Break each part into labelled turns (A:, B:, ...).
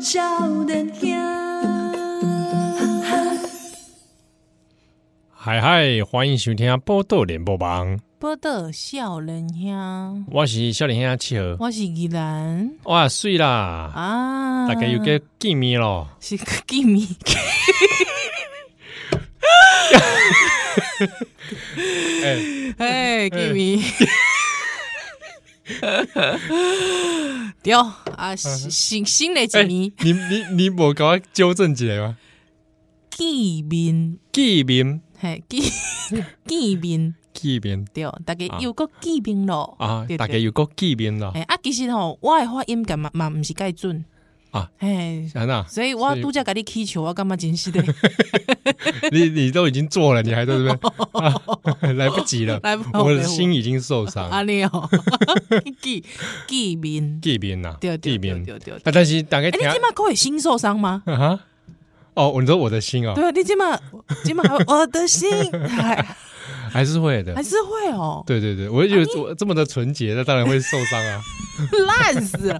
A: 少年兄，哈哈，
B: 嗨嗨，欢迎收听《波豆联播网》，
C: 报道少年兄，
B: 我是少年兄七号。
C: 我是依兰
B: 哇，水啦，
C: 啊，
B: 大家又该见面咯。
C: 是个 g 米，
B: 哎、
C: 哎 g 米，对啊，新新的
B: 嗯哎
C: 一年
B: 你你你无甲我纠正一下吗？
C: 见面，
B: 见面
C: 嘿见 见面，
B: 见面
C: 对，大家又个见面咯
B: 啊
C: 对，
B: 大家
C: 对
B: 又个见面啦
C: 哎。啊，其实吼，我的发音感嘛嘛毋是介准
B: 啊，
C: 哎，
B: 安娜，
C: 所以我
B: 所以
C: 拄则甲你气球，我感觉真是的
B: 你你都已经做了，你还在 这边、啊， 来不及了，
C: 哦来不及
B: 我的心已经受
C: 安
B: 伤。
C: 尼哦， 见见面。
B: 见面呐，
C: 对对
B: 见
C: 对
B: 面。
C: 对对
B: 啊，但是大概
C: 哎、
B: 听
C: 你今麦可以心受伤吗？
B: 啊哈，哦，你说我的心哦，
C: 对啊，你今麦今麦还 会我的心还
B: 还是会的
C: 还。是啊会哦，
B: 对对对，我就觉得我这么的纯洁，那当然会受伤啊。
C: 烂死了。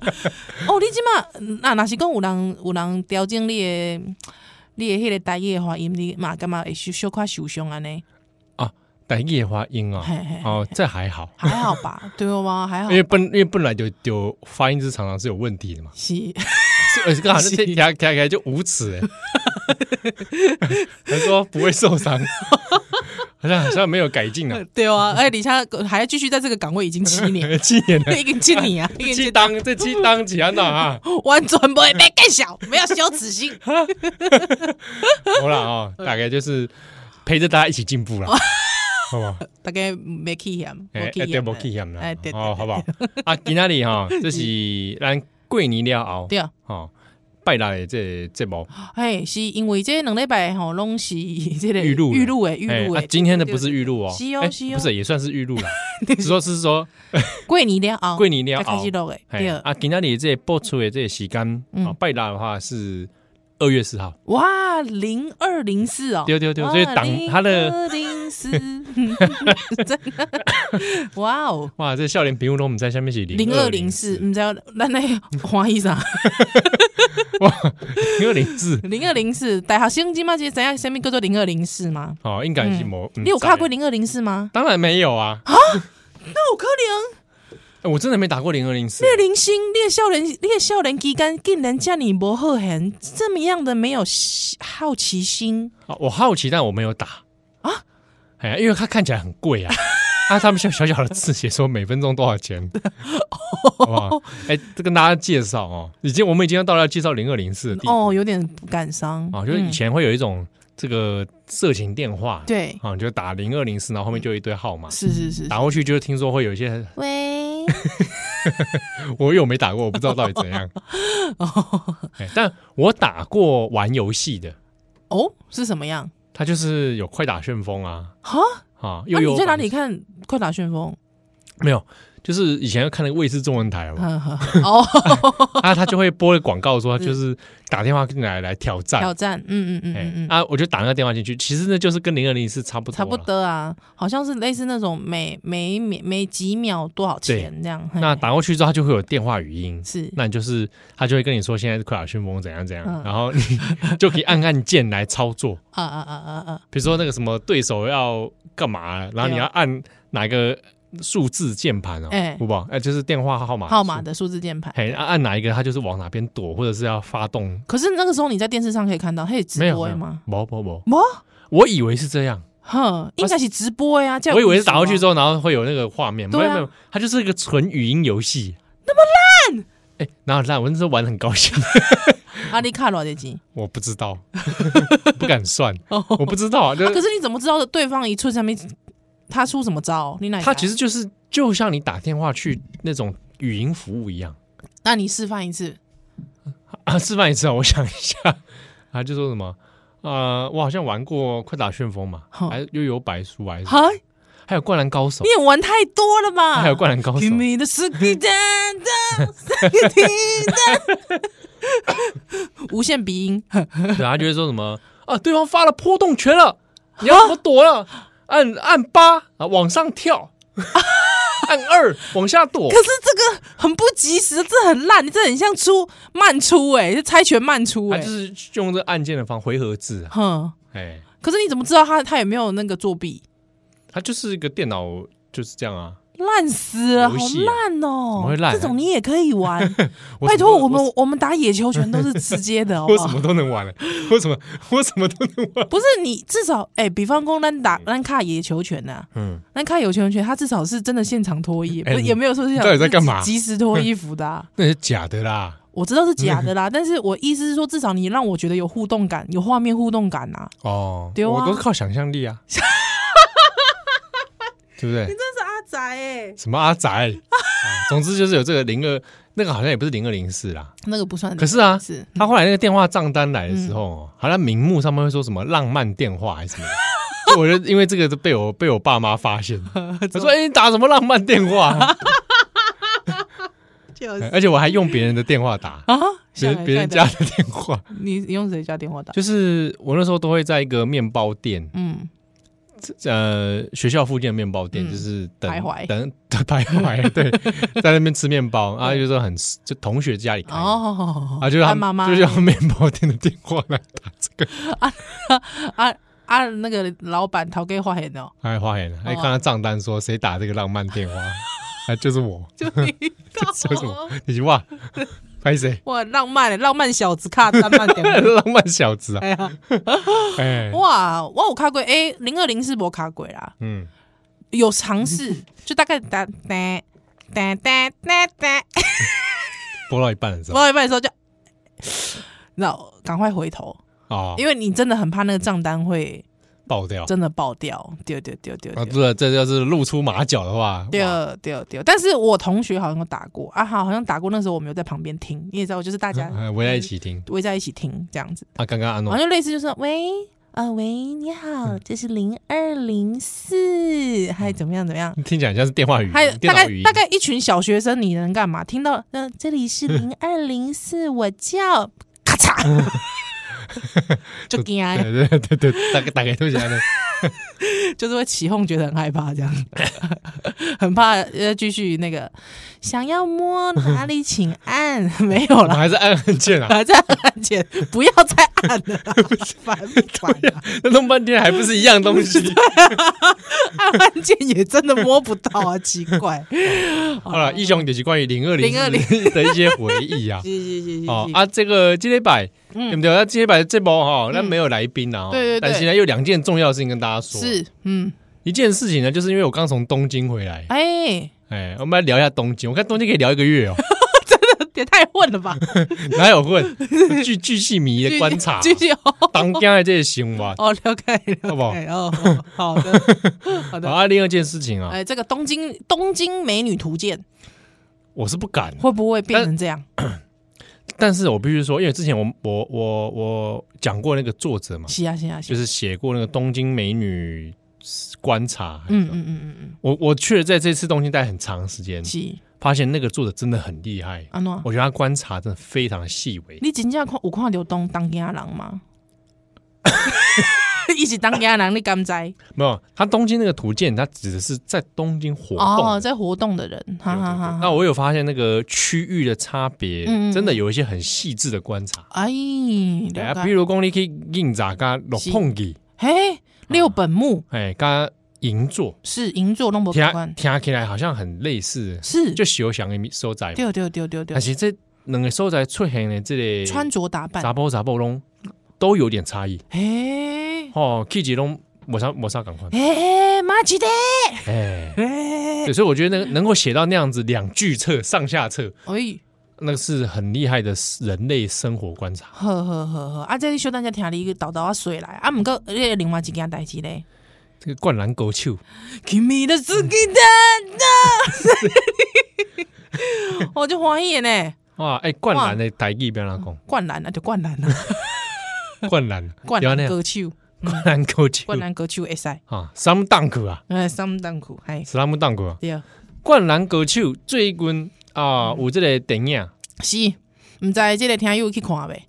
C: 哦，你今麦那那是讲有人有人调整你的你的迄个台语的话音，你嘛干嘛会小小可受伤安尼？
B: 但夜花音哦
C: 嘿嘿，嘿
B: 哦，这还好，
C: 还好 吧？对吗？还好
B: 因。为本因为本来就就发音是常常是有问题的嘛。
C: 是，
B: 是呃，刚好是听听开就无耻哎，还说不会受伤，好像好像没有改进啊，
C: 对啊，哎，李佳还要继续在这个岗位已经七 年，
B: 七年了，
C: 已经七年啊，已经
B: 七
C: 七
B: 当这七当几安娜啊？
C: 完全不会被更小，没有羞耻心。
B: 好啦哦，大概就是陪着大家一起进步啦，好不好？
C: 大概没去嫌，
B: 哎，
C: 没去
B: 对
C: 嫌
B: 不起啦
C: 哎，对，对
B: 哦，好不好？啊，今天里哈，这是咱过年了后
C: 对啊。
B: 哦，拜六的这节目
C: 哎，是因为这两礼拜吼拢是 这个
B: 预录了
C: 预录诶，预
B: 啊哎
C: 录欸
B: 啊
C: 诶，，
B: 今天的不是预录哦，
C: 是哦
B: 哎
C: 是哦
B: 不是也算是预录 啦，是说是说
C: 过年了后，
B: 过年了
C: 才开
B: 后
C: 始。录诶，
B: 嘿
C: 对，
B: 啊，今天你这播出的这个时间，
C: 嗯
B: 啊，拜六的话是二月四号，
C: 哇，零二零四哦，
B: 对对对所以党他的
C: 零四， 真的，哇哦，
B: 哇，这笑脸屏幕都我们在下面写
C: 零二零四，
B: 四
C: 唔知道咱那欢喜啥，
B: 零二零四，
C: 零二零四，大学生今嘛是怎样？什么叫做零二零四吗？
B: 哦，应该是某，嗯
C: 你有看过？
B: 知道
C: 零二零四吗？
B: 当然没有啊，
C: 那有可能，
B: 哎我真的没打过零二零四
C: 你，的零星，你的少年，你的少年期间竟然叫你无好闲，这么样的没有好奇心。
B: 啊我好奇，但我没有打啊，哎呀，因为它看起来很贵啊，啊，他们小小小的字写说每分钟多少 钱，好不好？哎，这跟大家介绍哦，已经我们已经要到了介绍零二零四的地步
C: 哦，有点不感伤
B: 啊，就是以、前会有一种这个色情电话
C: 嗯、，对，
B: 啊，你就打零二零四，然后后面就有一堆号码，
C: 是是是，
B: 打过去就听说会有一些，
C: 喂，
B: 我有没打过，我不知道到底怎 样。哎但我打过玩游戏的，
C: 哦，是什么样？
B: 它就是有快打旋风啊，
C: 哈，
B: 啊，又
C: 那、
B: 有、
C: 你在哪里？看《快打旋风
B: 没有，就是以前看那个卫视中文台》嘛，
C: 呵呵？ 哦，
B: 啊，他就会播广告说，
C: 嗯
B: 就是打电话进来来挑战
C: 挑。战，嗯嗯嗯
B: 哎
C: 嗯嗯，
B: 啊，我就打那个电话进去，其实那就是跟零二零是差不多啦，
C: 差不多啊，好像是类似那种每每每每几秒多少钱这样。嘿
B: 那打过去之后，它就会有电话语音，
C: 是
B: 那你就是他就会跟你说现在是快打旋风怎样怎样，
C: 嗯
B: 然后你就可以按按键来操作，
C: 啊啊啊啊啊，
B: 比如说那个什么对手要干嘛，然后你要按哪个数字键盘哦，
C: 哎
B: 好不好？哎，就是电话号码
C: 号码
B: 的，
C: 的数字键盘。
B: 哎，按按哪一个，他就是往哪边躲，或者是要发动，
C: 可是那个时候你在电视上可以看到，它有
B: 没
C: 直
B: 有
C: 播
B: 没
C: 的
B: 有
C: 吗？？
B: 不不不，
C: 没，
B: 我以为是这样，
C: 哼，应该是直播的呀、这样啊
B: 我以为是打过去之
C: 后，
B: 后，然后会有那个画面，没
C: 对啊
B: 有没有，它就是一个纯语音游戏，那么烂，哎，哪有烂？我那时候玩的很高 兴。
C: 阿里啊卡罗的机。
B: 我不知道， 不敢算，我不知道啊。就
C: 啊，
B: 是
C: 可是你怎么知道对方一寸上面他出什么招？你哪里
B: 它
C: 看
B: 其实就是就像你打电话去那种语音服务一样
C: 那你示范一次，
B: 啊。示范一次啊，我想一下 啊，就说什么呃，我好像玩过《快打旋风》嘛，
C: 好
B: 还有《悠游白书》还是
C: 哈，
B: 还有《灌篮高手
C: 你》，啊也玩太多了吧？
B: 还有《灌篮高手
C: 给》。你的是你的的，是你的，无限鼻音，
B: 对，他就会说什么啊，对方发了波动啊 拳了，你要怎么躲了？按按八啊，往上跳，按二往下躲
C: 可。是这个很不及时，这很烂，你这很像出慢出哎、欸，猜拳慢出
B: 他
C: 哎、
B: 就是用这按键的方回合制啊，
C: 哼。
B: 哎，
C: 可是你怎么知道他他有没有那个作弊？
B: 他就是一个电脑就是这样啊。
C: 烂死了，好
B: 游戏啊
C: 烂
B: 怎
C: 哦、
B: 么会烂啊
C: 这种你也可以玩，
B: 我
C: 拜
B: 什
C: 托
B: 么
C: 我们我们打野球拳都是直接 的，好
B: 我
C: 不
B: 什
C: 好
B: 么？都能玩了，我什么我什么都能玩。
C: 不是你至少哎、比方说咱打咱卡野球拳呐、
B: 嗯，
C: 咱卡野球拳，他至少是真的现场脱衣，
B: 哎
C: 不是
B: 你
C: 也没有说是
B: 你到底在干嘛
C: 及时脱衣服的啊、
B: 那是假的啦。
C: 我知道是假的啦，但是我意思是说，至少你让我觉得有互动感，有画面互动感呐、
B: 哦，
C: 对啊
B: 我都靠想象力 啊，对不对？
C: 真是阿宅哎、
B: 什么阿宅、啊总之就是有这个零二，那个好像也不是零二零四啦。
C: 那个不算。
B: 可是啊
C: 是嗯
B: 他后来那个电话账单来的时候哦，好像名目上面会说什么浪漫电话还是什么的。 就我就因为这个被我被我爸妈发现， 他说：“哎、你打什么浪漫电话？”啊而且我还用别人的电话 打，
C: 啊，
B: 别
C: 下来
B: 人哎别人
C: 下
B: 家
C: 来
B: 的电话。
C: 你你用谁家电话打？
B: 就是我那时候都会在一个面包店，
C: 嗯，
B: 呃，学校附近的面包店，
C: 嗯
B: 就是等
C: 徘徊
B: 等 徘徊，对， 在那边吃面包，啊，有时候很就同学家里开的，
C: 哦，
B: 哎啊，就是他
C: 按妈妈，
B: 就是用面包店的电话来打这个，
C: 啊啊，那个老板头给花钱 哦，
B: 哎，花眼，哎，
C: 哦
B: 看他账单说谁打这个浪漫电 话，啊，就是我，
C: 就 你
B: 说什么？你就哇，拍 谁？
C: 哇，浪漫欸浪漫小子卡浪漫 点，
B: 浪漫小子啊，
C: 哎呀，
B: 哎，
C: 哇，我有卡过，哎，零二零是没卡过啦，
B: 嗯，
C: 有尝试，就大概哒哒哒哒哒哒，
B: 播到一半的时候，
C: 播到一半的时候就，那赶快回头，
B: 哦，
C: 因为你真的很怕那个账单会
B: 爆掉，
C: 真的爆掉，丢丢丢丢
B: 啊，
C: 丢。
B: 对，这要是露出马脚的话，
C: 对啊
B: 哇
C: 对对，但是我同学好像有打过啊，好，好像打过。那时候我没有在旁边听，你也知道，就是大家
B: 哎围在一起听，
C: 围在一起听这样子，
B: 啊，刚刚安
C: 好
B: 诺
C: 像就类似就是喂啊、喂，你
B: 嗯
C: 好，这是零二零四，还怎么样怎么样？
B: 听起来像是电话语
C: 还有
B: 音，
C: 大
B: 嗯电
C: 概
B: 脑语音
C: 大，概一群小学生，你能干嘛？听到那、这里
B: 嗯
C: 是零二零四，我叫 咔嚓，就惊了，
B: 对对对对，大概大概都是这 样的。
C: 就是会起哄，觉得很害怕，这样， 很怕呃继续那个想要摸哪里，请按， 没有
B: 我们
C: 啦。
B: 还是按按键啊，
C: 还 在按键，不要再按 了啦，烦不烦啊？
B: 那弄半天还不是一样东 西。
C: 哦按按键也真的摸不到啊，奇怪。
B: 好了，义兄就是关于零二零
C: 020。
B: 的一些回忆啊
C: 是是是是
B: 哦
C: 是，嗯
B: 啊，这个今天摆对不对？啊那今天摆这波哈，那没有来宾啊。哦
C: 对对对
B: 但现在有两件重要的事情跟大家说。
C: 是嗯，
B: 一件事情呢，就是因为我刚从东京回来，
C: 哎，
B: 哎，我们来聊一下东京。我看东京可以聊一个 月哦，
C: 也太混了吧？
B: 哪有混？巨巨细迷的观 察，
C: 继续哦
B: 当家的这些行 为。
C: 哦，了解了
B: 好不好
C: 解哦，哦好的好的。
B: 啊，另二件事情啊，
C: 哎，这个东京东京美女图鉴
B: 我是不敢
C: 会不会变成这样？
B: 但是我必须说，因为之前我我我我讲过那个作者嘛，
C: 是啊是啊是
B: 就
C: 啊，
B: 是写过那个东京美女观察。
C: 嗯嗯嗯嗯嗯，
B: 我我确实在这次东京待很长时间，
C: 是
B: 发现那个作者真的很厉害。
C: 安诺，
B: 我觉得他观察真的非常的细微。
C: 你真正看有看到东当家人吗？ 一起当家人，你敢知？
B: 没有，他东京那个图鉴，他指的是在东京活
C: 哦，
B: 动。
C: 在活动的人，哈
B: 对对
C: 哈
B: 对
C: 哈
B: 那
C: 哈。
B: 我有发现那个区域的差别
C: 嗯嗯，嗯
B: 真的有一些很细致的观察。
C: 哎，
B: 对啊
C: 了
B: 比
C: 解。
B: 如讲你去印扎加落碰记，
C: 嘿，六本木
B: 哎，加银座，
C: 是银座弄不
B: 听
C: 关，
B: 嗯听起来好像很类似，
C: 是
B: 就小想的所在嘛。
C: 对对对对对
B: 但，是这两个所在出现的这个
C: 穿着打扮，
B: 杂包杂包拢都有点差异
C: 嘿，。
B: 哦，气质拢没啥没啥感官
C: 嘿，马吉的，
B: 哎，
C: 嘿，
B: 对，所以我觉得能能够写到那样子两巨册上下册，
C: 哎。
B: 那个是很厉害的人类生活观察。
C: 好好好好，啊！这你小等一下听你个豆豆啊水来，啊！毋过你的另外一件代志咧，
B: 这个灌篮高手，
C: Give me the s u k i d a 我就欢喜的呢，
B: 哇，哎，灌篮的台语别人讲，
C: 灌篮啊，就灌篮啊，
B: 灌篮，
C: 灌
B: 有啊那
C: 篮
B: 样
C: 歌手，
B: 灌篮高手
C: 灌篮歌手会使，
B: 啊，Slam Dunk 啊
C: 哎，三单裤，哎，
B: ，Slam Dunk 啊，
C: 对，
B: 灌篮高手最近啊有这个电影，
C: 是，毋知即个听友去看未？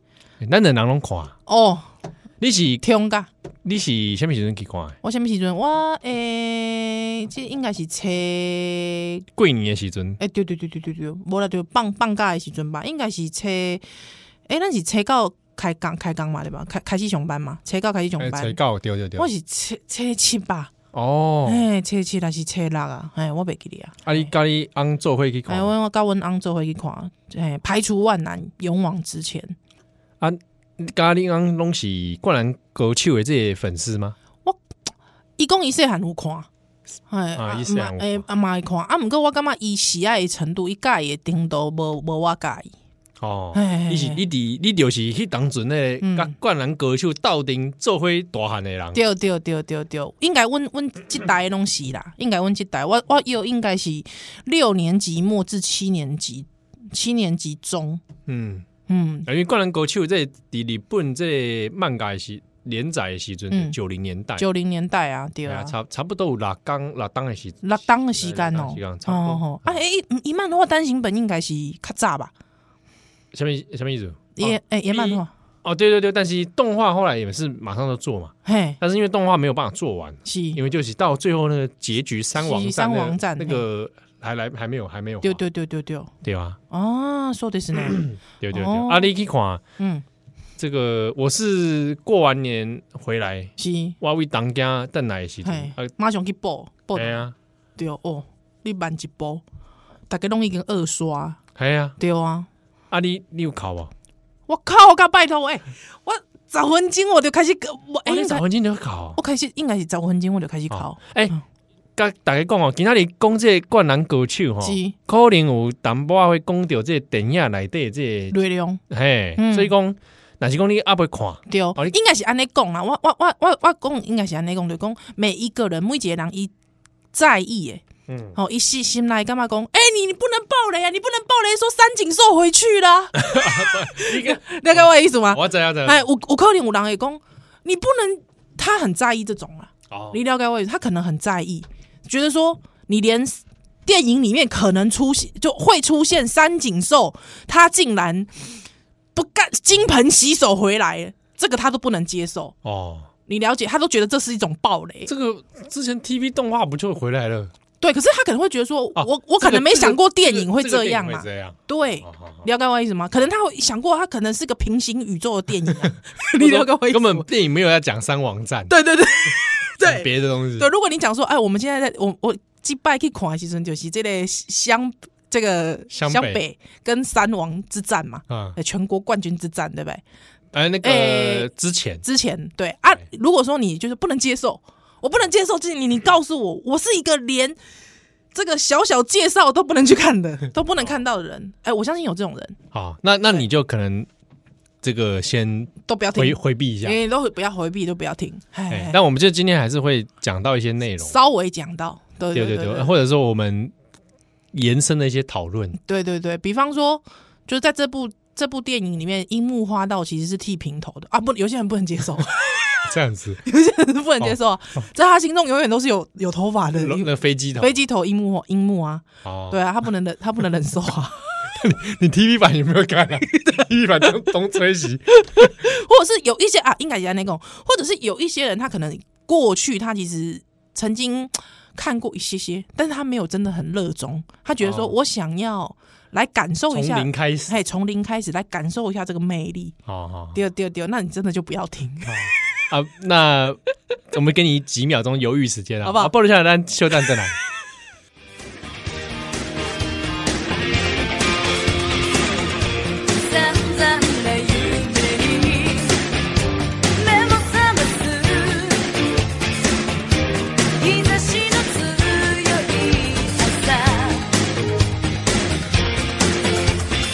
B: 咱两人拢看。
C: 哦，
B: 你是
C: 听噶。
B: 你是什么时阵去看的？
C: 我什么时阵？我诶、这应该是初诶、
B: 过年的时阵，
C: 对对对对对对，无啦，就放放假的时阵吧，应该是初诶、咱是初到开工开工嘛对吧？开开始上班嘛，初到开始上
B: 哎，
C: 班。
B: 才到对对对
C: 我。是初初七吧，
B: 哦，
C: 哎、初七还是初六啊？哎、我袂记得啊。
B: 啊，你甲你翁做伙去
C: 哎、
B: 看，
C: 我我甲阮翁做伙去看，哎、排除万难，勇往直前。
B: 甲你翁拢是灌篮高手的这个粉丝吗？
C: 伊讲伊细汉有看，哎
B: 啊伊细汉有看
C: 哎啊嘛会看，啊毋过我感觉伊喜爱的程度，伊介意的程度无无我介意。
B: 哦
C: 哎哎，哎
B: 你是你伫你就是迄当阵的
C: 嗯
B: 甲灌篮高手斗阵做伙大汉的人，
C: 对对对对对，应该阮阮即代的拢是啦，应该阮即代，我我有应该是六年级末至七年级，七年级中，
B: 嗯，
C: 嗯，
B: 因为灌篮高手这个伫日本这个漫改是连载的时阵，
C: 嗯
B: 九零年代，
C: 九零年代啊，对
B: 哎呀
C: 啊，
B: 差差不多有六工六档的时，
C: 六档的时间哦
B: 哎六档的时哦间，差
C: 哦
B: 不多
C: 哦，哦啊，诶，伊伊漫画单行本应该是较早吧，
B: 什么意什么意思？
C: 也诶也漫画，
B: 哦，对对对，但是动画后来也是马上就做嘛，
C: 嘿，
B: 但是因为动画没有办法做完，
C: 是，
B: 因为就是到最后那个结局三王战
C: 嗯三
B: 那个
C: 王战
B: 那个还来还没有还没有画，
C: 对对对对对，
B: 对啊，
C: 啊，说的是呢，
B: 对对
C: 哦
B: 对，啊，你去看
C: 嗯，
B: 这个，我是过完年回来，
C: 是，
B: 我为当家邓来的时阵
C: 嘿
B: 啊，，
C: 马上去报报
B: 哎，呀，
C: 对哦，你慢一步，大家拢已经二刷，
B: 哎呀，
C: 对啊。
B: 啊你你有考啊？
C: 我靠！噶拜托喂、我十分钟我就开始，我哎、
B: 哦，你
C: 应该
B: 早婚前就有考
C: 我，开始应该是十分钟我就开始考
B: 哦，哎，
C: 嗯
B: 甲大家讲哦，今仔日讲这个灌篮高手吼，
C: 是
B: 可能有淡薄仔会讲到这个电影内底的这个
C: 内容
B: 嘿
C: 嗯，啊
B: 所以讲，若是讲你阿未看，
C: 对，
B: 哦你
C: 应该是安尼讲啦。我我我我我讲应该是安尼讲，就讲每一个人每一个人伊在意诶，
B: 嗯，
C: 哦，伊心心内干嘛讲？哎、你你不能暴雷啊！你不能暴雷，说三井寿回去 啦， 你了解我的意思吗？
B: 我知影知
C: 哎，
B: 影，
C: 有有可能有人会讲，你不能，他很在意这种啊。
B: 哦
C: 你了解我意思，他可能很在意，觉得说你连电影里面可能出现就会出现三井寿，他竟然不干金盆洗手回来，这个他都不能接受。
B: 哦，
C: 你了解，他都觉得这是一种暴雷，
B: 这个之前 TV 动画不就回来了？
C: 对。可是他可能会觉得说，
B: 哦
C: 我我可
B: 这
C: 能
B: 个
C: 没想过电影会
B: 这个
C: 这
B: 电
C: 样啊
B: 影
C: 嘛，
B: 会这样，
C: 对
B: 哦。好好
C: 了解我意思吗？可能他会想过，他可能是个平行宇宙的电 影、啊， 你了解我意思
B: 根
C: 吗？
B: 本电影没有要讲三王战，
C: 对对对对
B: 讲，别的东西
C: 对，。如果你讲说，哎，我们现在在我我祭拜去看的时阵，就是这个湘这个
B: 湘北
C: 北跟三王之战嘛，
B: 啊，
C: 呃全国冠军之战，对不对？
B: 哎，那
C: 哎
B: 个之前
C: 之前对啊，如果说你就是不能接受，我不能接受这你，你告诉我，我是一个连这个小小介绍都不能去看的， 都不能看到的人，哎，我相信有这种人，
B: 好，那那你就可能这个先
C: 都不要
B: 回
C: 听，
B: 回避一下。
C: 你都不要回避，都不要听，
B: 哎
C: 哎，，
B: 但我们就今天还是会讲到一些内容，
C: 稍微讲到，对
B: 对
C: 对
B: 对对，
C: 对
B: 或者说我们延伸的一些讨论。
C: 对对对，比方说，就是在这部这部电影里面，樱木花道其实是剃平头的啊，不，有些人不能接受，
B: 这样子，
C: 有些人是不能接受啊，
B: 哦
C: 在他心中永远都是有有头发的
B: 那那飞机头，
C: 飞机头樱木樱木啊，
B: 哦，
C: 对啊，他不能忍，他不能忍受啊，
B: 你 TV 版有没有看啊？TV 版东东吹西，
C: 或者是有一些啊，应该讲那种，或者是有一些人，他可能过去他其实曾经看过一些些，但是他没有真的很热衷，他觉得说
B: 哦
C: 我想要来感受
B: 从
C: 一下，
B: 零开始。哦
C: 嘿，从零开始来感受一下这个魅力，
B: 好好
C: 丢丢丢，那你真的就不要听。
B: 啊，那我们给你几秒钟犹豫时间啊，
C: 好不好
B: 啊报了下单，秀蛋再来。
A: 散々な夢に目も覚ます日差しの強い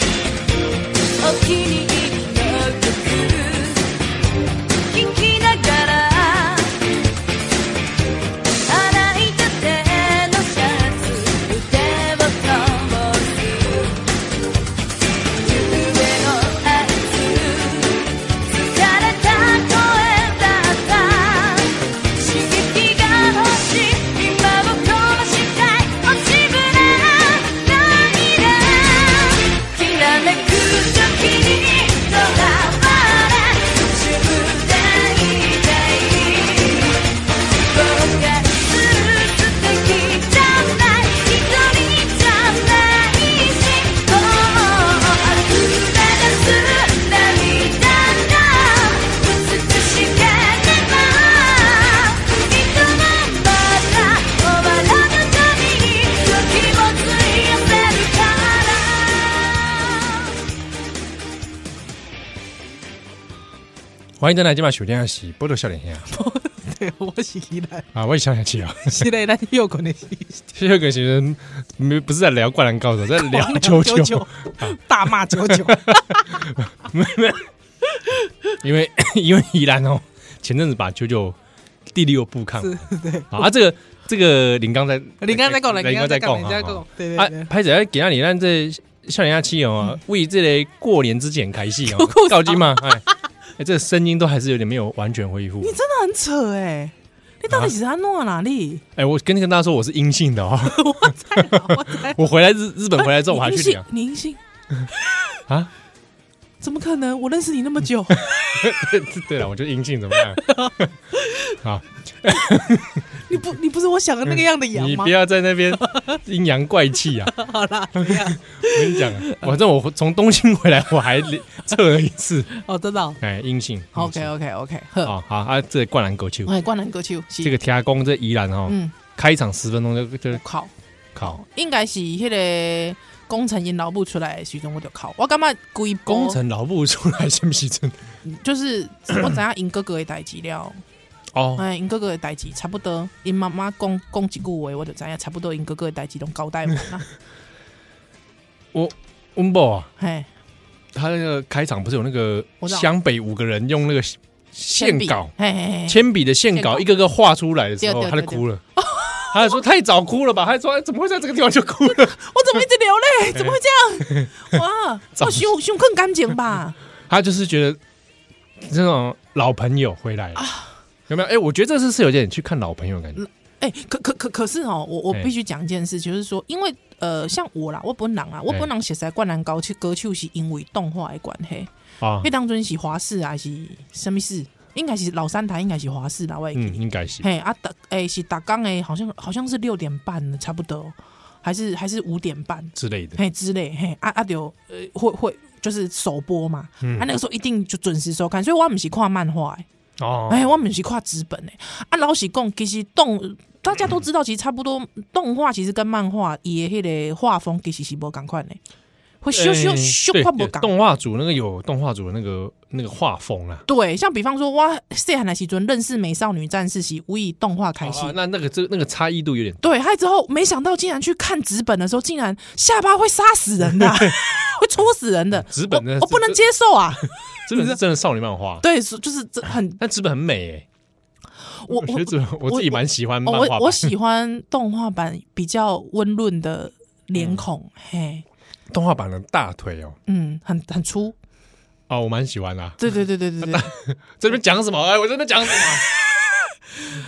A: 朝お気に入りの曲聴きながら洗いたて
B: 欢迎登来今晚收听的是《波多笑脸兄》
C: 对，我是依兰，
B: 啊，我也想想起啊，
C: 是嘞，咱又可能是
B: 第二个学生没不是在聊《灌篮高手》，在聊球球，
C: 九， 大骂九九，
B: 因为 因为宜兰哦，前阵子把九九第六部看完，
C: 对，
B: 好啊，这个这个林刚在
C: 你刚才讲了，
B: 林
C: 你
B: 刚
C: 刚才
B: 在
C: 讲，
B: 讲
C: 你在
B: 啊
C: 讲，，对
B: 啊
C: 对对，，
B: 拍者要给那里咱这少年阿七哦，为这类过年之前开 戏哦
C: 哭哭，
B: 告金嘛，哎， 哎，这个声音都还是有点没有完全恢复。
C: 你真的很扯哎，你到底是安弄啊哪里？
B: 哎，我跟跟大家说，我是阴性的哦，
C: 我在哪？我在。
B: 我回来日日本回来之后，哎我还去啊
C: 你
B: 量
C: 你阴性？
B: 啊。
C: 怎么可能？我认识你那 么久，
B: 对了，我就阴性怎么 样？好，
C: 你不你不是我想的那个样的羊
B: 你
C: 吗
B: 不？要在那 边阴阳怪气啊！
C: 好啦，怎么样？
B: 我跟你讲啊，反正我从东京回来，我还测了一 次，
C: 哦，真的哦。
B: 哎，阴性。
C: OK
B: 啊
C: OK OK，呵，，
B: 好啊，这灌篮狗球，
C: 我灌篮歌手，是
B: 这个天宫这宜兰哦，
C: 嗯，
B: 开场十分钟就就
C: 考
B: 考
C: 应该是迄个工程因老母出来的时阵我就考，我感觉规波
B: 工程老不出来，是不是真？
C: 就是我知影因哥哥的代志了，
B: 哦，
C: 哎，因哥哥的代志差不多，因妈妈讲讲一句话，我就知影差不多因哥哥的代志拢交代完 啦，
B: 温博啊，
C: 嘿，
B: 他那个开场不是有那个
C: 我知道
B: 湘北五个人用那个线
C: 笔
B: 稿，
C: 嘿嘿嘿，
B: 铅笔的线稿
C: 线稿
B: 一个个画出来的时
C: 对
B: 候，
C: 对
B: 他就
C: 对
B: 哭了。 他就说太早哭了吧？他就说哎怎么会在这个地方就哭了？
C: 我怎么一直 流泪？怎么会这样？哇，哦
B: 早
C: 我胸胸更干 净吧？
B: 他就是觉得这种老朋友回来了，
C: 啊
B: 有没有？哎，我觉得这次是有点去看老朋友的感觉。
C: 哎、可可可可是哦，我我
B: 哎
C: 必须讲一件事，就是说，因为呃，像我啦，我本人啊，我本人写在灌篮高去歌手是因为动画的关系，
B: 啊
C: 那、，当中是华视啊还是什么视？应该是老三台，应该是华视啦，我也记
B: 嗯，
C: 得。
B: 应该是。
C: 嘿啊，打哎、是打刚哎，好像好像是六点半差不多，还是还是五点半
B: 之类的，
C: 嘿之类嘿啊啊就呃会会就是首播嘛，啊那个时候一定就准时收看，所以我不是看漫画、欸。
B: 哦，
C: 哎，我们是看纸本诶，啊，老实讲，其实动大家都知道，其实差不多动画其实跟漫画伊的迄个画风其实是无共款诶，会修修
B: 哎
C: 修
B: 对
C: 看不
B: 有
C: 共。
B: 动画组那个有动画组的那个那个画风啊，
C: 对，像比方说，我细汉的时阵认识美少女战士是无以动画开始
B: 哦啊。那那个这那个差异度有点
C: 对，还之后没想到竟然去看纸本的时候，竟然下巴会杀死 人的啊、会戳死人的，
B: 纸本的
C: 我
B: 是
C: 我不能接受啊！
B: 纸本是真的少女漫画，
C: 对，是就是这很
B: 但纸本很美哎、
C: 我
B: 我
C: 我
B: 觉得纸本我自己蛮喜欢漫
C: 哦，
B: 画版
C: 我我喜欢动画版比较温润的脸
B: 嗯
C: 孔，嘿，
B: 动画版的大腿哦，
C: 嗯，很很粗，
B: 哦，我蛮喜欢啦、
C: 对对对对 对对。
B: 这边讲什么？哎，我真的讲什么？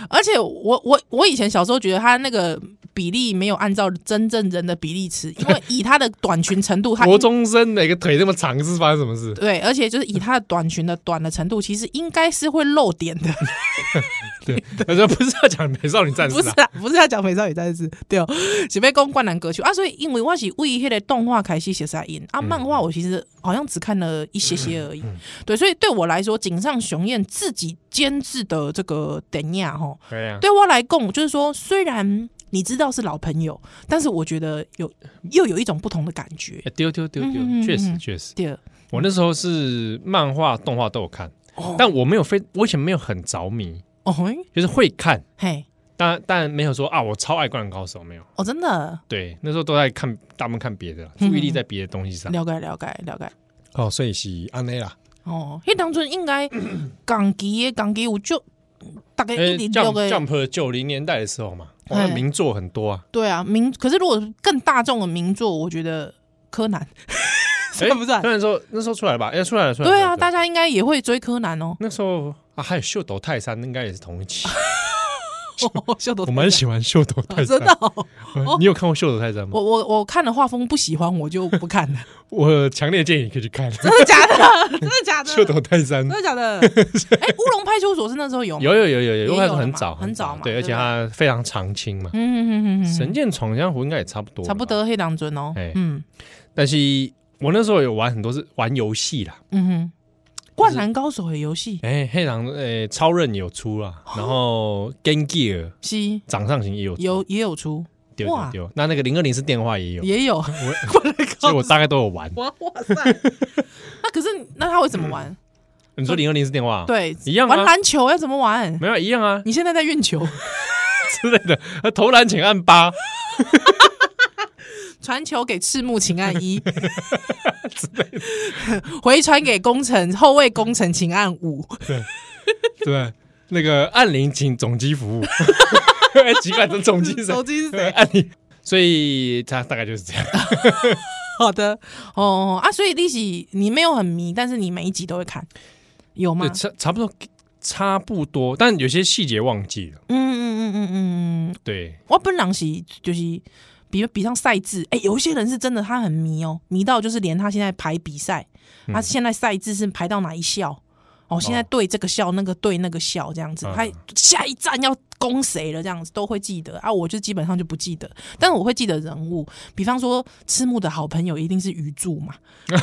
C: 而且我我我以前小时候觉得他那个比例没有按照真正人的比例尺，因 为以他的短裙程度，他
B: 国中生每个腿那么长是发生什么事？
C: 对，而且就是以他的短裙的短的程度，其实应该是会露点的，
B: 对，我说不是要讲美少女战士
C: 不是
B: 啊，
C: 啊，不是要讲美少女战士，对哦，是被公灌篮歌曲啊，所以因为我是为迄个动画开始写啥音
B: 嗯
C: 啊，漫画我其实好像只看了一些些而已，对，所以对我来说，井上雄彦自己监制的这个电影吼，
B: 对哎呀、
C: 对我来讲，就是说虽然。你知道是老朋友，但是我觉得有又有一种不同的感觉。
B: 哎丢丢丢丢
C: 嗯嗯嗯，
B: 确实
C: 嗯
B: 确实，
C: 第二，
B: 我那时候是漫画、动画都有看，
C: 哦
B: 但我没有非我以前没有很着迷，
C: 哦嘿
B: 就是会看，
C: 嘿，
B: 但但没有说啊，我超爱《灌篮高手》没有。
C: 哦，真的
B: 对，那时候都在看，大部分看别的啦，注意力在别的东西上。
C: 了解了解了解。
B: 哦，所以是安内啦。
C: 哦，迄当阵 应该港机的港机有就大概
B: 诶
C: 一零六
B: Jump
C: 个
B: Jump 九零年代的时候嘛，哇，
C: 哎
B: 那名作很多啊。
C: 对啊名，可是如果更大众的名作，我觉得柯南
B: 哎
C: 算不算？
B: 虽然说那时候出来了吧，哎，出来了，出来了。
C: 对啊，
B: 出来
C: 大
B: 了
C: 家应该也会追柯南
B: 。
C: 哦
B: 那时候啊，还有秀斗泰山，应该也是同一期。
C: 哦秀斗
B: 我蛮喜欢秀斗泰
C: 真
B: 山
C: 的，哦，
B: 呃你有看过秀斗泰山吗？
C: 我我我看了画风不喜欢，我就不看 了。
B: 我强烈建议你可以去看
C: 真的假的？真的假的？
B: 秀斗泰山
C: 真。的 假的？哎，乌龙派出所是那时候有吗？
B: 有有有有有，
C: 有
B: 那时
C: 了
B: 候很
C: 嘛
B: 早
C: 很早嘛
B: 对，
C: 对
B: 而
C: 不
B: 且它非常常青嘛。
C: 嗯，嗯嗯嗯嗯
B: 神剑闯江湖应该也差不多，
C: 差不。多黑当尊哦
B: 哎。
C: 嗯
B: 但是我那时候有玩很多是玩游戏啦，
C: 嗯哼，灌篮高手的游戏
B: 哎、黑狼诶、呃超人也有出啦，然后 Game Gear
C: 是
B: 掌上型也有出
C: 有也有出，
B: 丢
C: 哇
B: 丢丢，那那个零二零是电话也有，
C: 也有灌篮
B: 所以
C: 高
B: 我
C: 手。
B: 大概都有玩。
C: 哇哇塞！那可是那他会怎么玩？
B: 你 说零二零是电话、，
C: 对，
B: 一样啊
C: 玩篮球要怎么玩？
B: 没有一样啊
C: 你现在在运球，
B: 之类的。呃投篮请按八
C: 传球给赤木，请按 一；回传给工程后卫，工程请按五。
B: 对，那个按铃请总机服务。 哎，奇怪，这总 机是谁
C: 手机是谁？
B: 按铃，所以他大概就是这样。
C: 好的，哦啊，所以利息你没有很迷，但是你每一集都会看，有吗
B: 对，？差差不多，差不多，但有些细节忘记了。
C: 嗯嗯嗯嗯嗯嗯，
B: 对，
C: 我本人是就是比比上赛制，哎、有一些人是真的他很迷哦，迷到就是连他现在排比赛，
B: 嗯
C: 他现在赛制是排到哪一校。哦，现在对这个校、那个对那个校这样子
B: 嗯，
C: 他下一站要攻谁了这样子都会记得啊，我就基本上就不记得，但是我会记得人物，比方说赤木的好朋友一定是鱼柱嘛，
B: 嗯